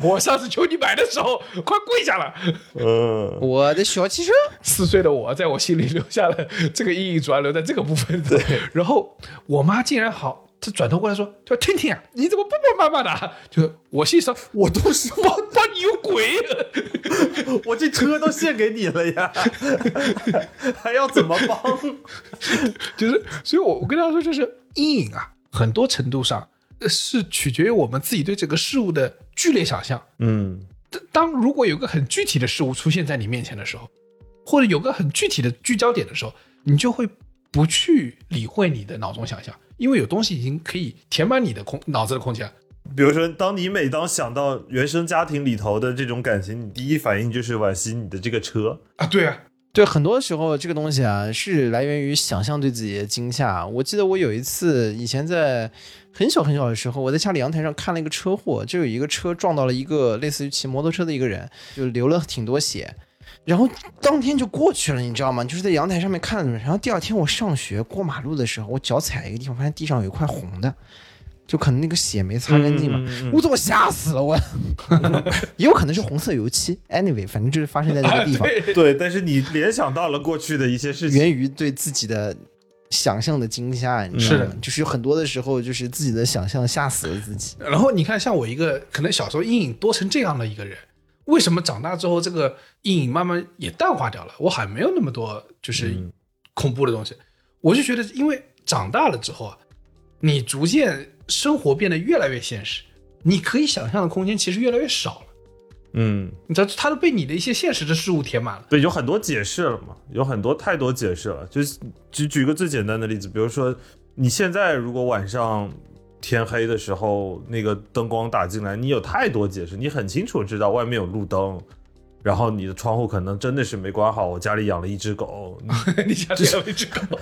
我上次求你买的时候，快跪下了。
嗯，
我的小汽车，
四岁的我在我心里留下了这个阴影，主要留在这个部分。对，然后我妈竟然好，她转头过来说：“她说听听啊，你怎么不帮妈妈的啊？”就是我心里说，我都是帮帮你有鬼。 *laughs*
我这车都献给你了 *laughs* 呀，还要怎么帮？
就是，所以我我跟大家说，就是阴影啊，很多程度上呃是取决于我们自己对这个事物的剧烈想象。
*laughs* 嗯，
当当如果有个很具体的事物出现在你面前的时候，或者有个很具体的聚焦点的时候，你就会不去理会你的脑中想象，因为有东西已经可以填满你的空脑子的空间了。
比如说，当你每当想到原生家庭里头的这种感情，你第一反应就是惋惜你的这个车。
啊，对啊，
对，很多时候这个东西啊，是来源于想象对自己的惊吓。啊我记得我有一次，以前在很小很小的时候，我在家里阳台上看了一个车祸，就有一个车撞到了一个类似于骑摩托车的一个人，就流了挺多血。然后当天就过去了，你知道吗？就是在阳台上面看着，然后第二天我上学过马路的时候，我脚踩一个地方，发现地上有一块红的，就可能那个血没擦干净嘛。
嗯嗯嗯
我怎么吓死了我？ *laughs* 也有可能是红色油漆。Anyway，反正就是发生在那个地方。
对，但是你联想到了过去的一些事情。
源于对自己的想象的惊吓，你知
是
道
的
吗？就是有很多的时候，就是自己的想象吓死了自己。
然后你看，像我一个可能小时候阴影多成这样的一个人，为什么长大之后这个阴影慢慢也淡化掉了？我好像没有那么多就是恐怖的东西。我就觉得，因为长大了之后啊，你逐渐生活变得越来越现实，你可以想象的空间其实越来越少了。
嗯，
你知道，它都被你的一些现实的事物填满了。 *laughs*
对，有很多解释了嘛，有很多太多解释了。就是举举一个最简单的例子，比如说你现在如果晚上天黑的时候，那个灯光打进来，你有太多解释，你很清楚知道外面有路灯，然后你的窗户可能真的是没关好。我家里养了一只狗， *laughs*
你家里有一只狗，。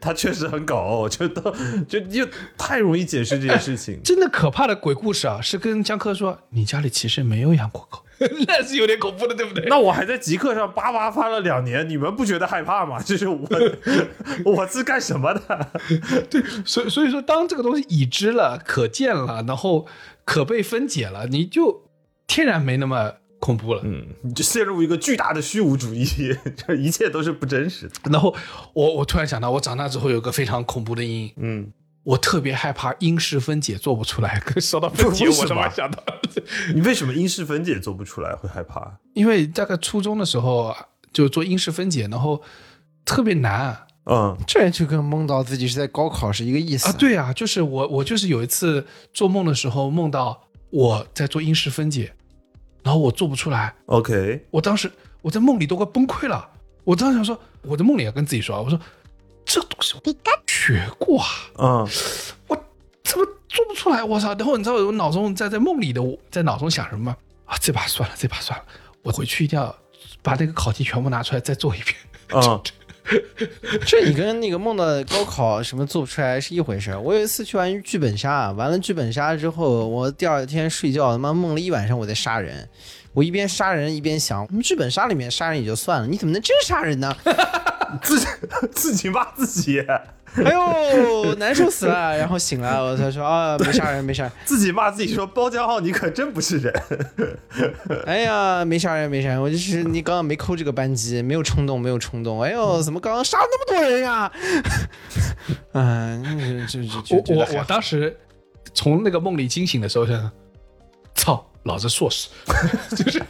它确实很狗，就都就就太容易解释这件事情
真的可怕的鬼故事啊！是跟江科说你家里其实没有养过狗， *laughs* 那是有点恐怖的，对不对？
那我还在极客上叭叭发了两年，你们不觉得害怕吗？这是我 *laughs* 我是干什么的？
所以所以说，当这个东西已知了、可见了，然后可被分解了，你就天然没那么恐怖了。
嗯，你就陷入一个巨大的虚无主义， *laughs* 这一切都是不真实的。
然后我我突然想到，我长大之后有个非常恐怖的阴影，
嗯，
我特别害怕因式分解做不出来。 *laughs* 跟说到分解，
为什
我他妈
么
想到，
你为什么因式分解做不出来会害怕？
因为大概初中的时候就做因式分解，然后特别难。
嗯，
这就跟梦到自己是在高考是一个意思
啊，对啊，就是我我就是有一次做梦的时候梦到我在做因式分解，然后我做不出来，
OK，
我当时我在梦里都快崩溃了，我当时想说，我在梦里也跟自己说啊，我说这东西我学过啊，
嗯
我怎么做不出来？我操！然后你知道我脑中在在梦里的我在脑中想什么吗？啊，这把算了，这把算了，我回去一定要把那个考题全部拿出来再做一遍。
嗯，
这你跟那个梦到高考什么做不出来是一回事儿。我有一次去玩剧本杀，玩了剧本杀之后，我第二天睡觉他妈梦了一晚上我在杀人，我一边杀人一边想，我们剧本杀里面杀人也就算了，你怎么能真杀人呢？ *laughs*
自己自己骂自己，
哎呦，难受死了！然后醒来我才说啊，没杀人，没杀人，
自己骂自己说包浆浩你可真不是人。 *laughs*
哎呀，没杀人，没杀人，我就是你刚刚没扣这个扳机，没有冲动，没有冲动。哎呦，怎么刚刚杀了那么多人呀、啊？嗯，这这这，
我我我当时从那个梦里惊醒的时候，想想，操，老子硕士， *laughs* 就是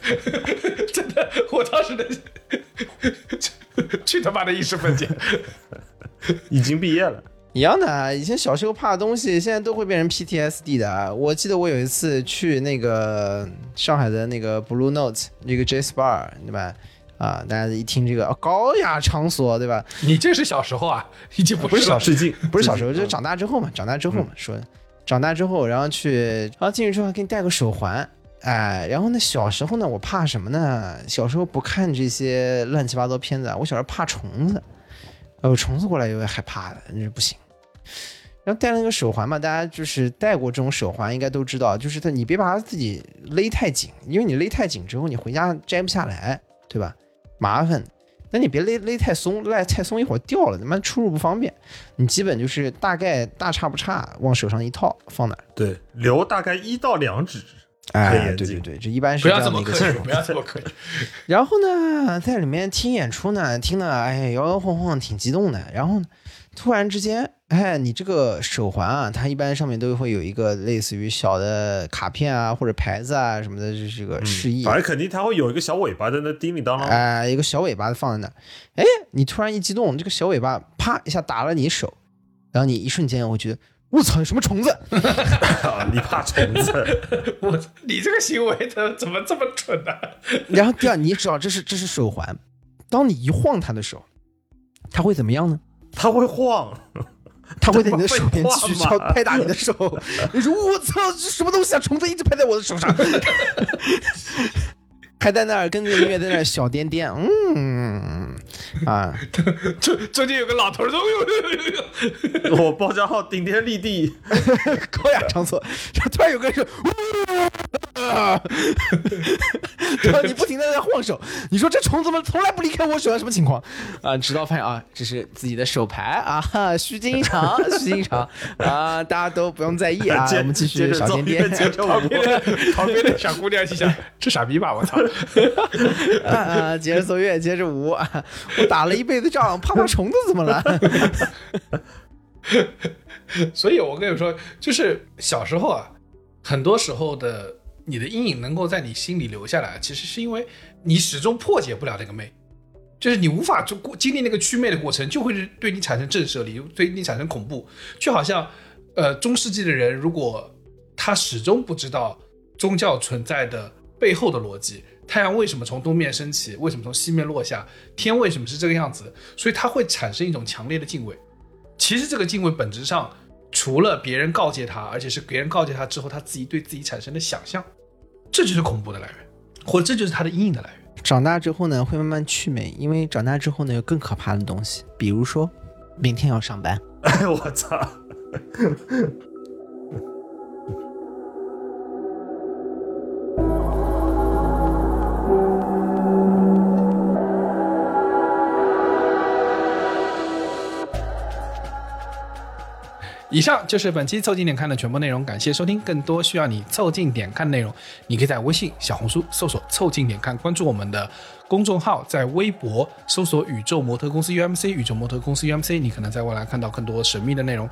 真的， *laughs* 我当时的去他妈的意识分解。
已经毕业了，
一样的啊，以前小时候怕的东西，现在都会变成 PTSD 的啊。我记得我有一次去那个上海的那个 Blue Note 那个 Jazz Bar，对吧？啊，大家一听这个、哦高雅场所，对吧？
你这是小时候啊，已经不是了。
致敬，
不是小时候，
致
就
敬
是长大之后嘛，长大之后嘛，说长大之后，然后去，然后进去之后还给你戴个手环，哎，然后呢，小时候呢，我怕什么呢？小时候不看这些乱七八糟片子啊，我小时候怕虫子，呃，虫子过来有点害怕的，那不行。然后戴了那个手环嘛，大家就是戴过这种手环，应该都知道，就是它你别把它自己勒太紧，因为你勒太紧之后，你回家摘不下来，对吧？麻烦。那你别勒勒太松，勒太松一会儿掉了，他妈出入不方便。你基本就是大概大差不差往手上一套放哪儿。
对，留大概一到两指，很
哎，
严
对
谨
对对，这一般是
不
这
要这
样的
么
一个
客
情
气，
况
不。要这么客气。
然后呢，在里面听演出呢，听的哎摇摇晃晃，挺激动的。然后呢突然之间，哎，你这个手环啊，它一般上面都会有一个类似于小的卡片啊或者牌子啊什么的，就是这个示意。
嗯反正肯定它会有一个小尾巴在那叮叮当当。
哎，一个小尾巴放在那儿，哎，你突然一激动，这个小尾巴啪一下打了你手，然后你一瞬间会觉得，我操，有什么虫子？
*laughs* 你怕虫子？ *laughs*
我，你这个行为怎么怎么这么蠢啊呢、 *laughs*
然后第二，你知道这是这是手环，当你一晃它的时候，它会怎么样呢？
它会晃，
它会在你的手边
这不
取
废
消
话吗
拍打你的手，你说我操，这什么东西啊？虫子一直拍在我的手
*laughs*
上，还在那儿跟着音乐在那儿小颠颠，嗯啊，
中中间有个老头儿说：“ *laughs* 哎呦
我包浆浩顶天立地，
高雅场所，然后突然有个人说，呜
*laughs*
啊，然后你不停的在那晃手，你说这虫子们从来不离开我手，什么情况啊？直到发现啊，这是自己的手牌啊，哈虚惊一场，虚惊一场啊，大家都不用在意啊，
*laughs* 接
我们继
接
续
着
小啊
奏
颠颠
乐，
*laughs*
接着舞，
旁边的小姑娘心想：这傻逼吧，我操！
啊啊，接着奏乐，接着舞啊，我打了一辈子仗，怕怕虫子怎么了？ *laughs*
所以我跟你说，就是小时候啊，很多时候的你的阴影能够在你心里留下来，其实是因为你始终破解不了那个魅，就是你无法就过经历那个祛魅的过程，就会对你产生震慑力，对你产生恐怖。就好像，呃，中世纪的人如果他始终不知道宗教存在的背后的逻辑。太阳为什么从东面升起？为什么从西面落下？天为什么是这个样子？所以它会产生一种强烈的敬畏。其实这个敬畏本质上，除了别人告诫他，而且是别人告诫他之后，他自己对自己产生的想象，这就是恐怖的来源。或者这就是它的阴影的来源。
长大之后呢，会慢慢祛魅，因为长大之后呢，有更可怕的东西，比如说明天要上班。
哎， *laughs* 我操！
以上就是本期凑近点看的全部内容，感谢收听。更多需要你凑近点看内容，你可以在微信、小红书搜索“凑近点看”，关注我们的公众号，在微博搜索“宇宙模特公司 UMC”，宇宙模特公司 UMC，你可能在未来看到更多神秘的内容。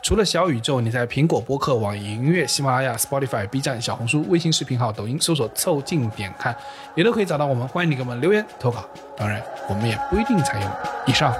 除了小宇宙，你在苹果播客、网易音乐、喜马拉雅、Spotify、B 站、小红书、微信视频号、抖音搜索“凑近点看”，也都可以找到我们。欢迎你给我们留言投稿，当然我们也不一定采用。以上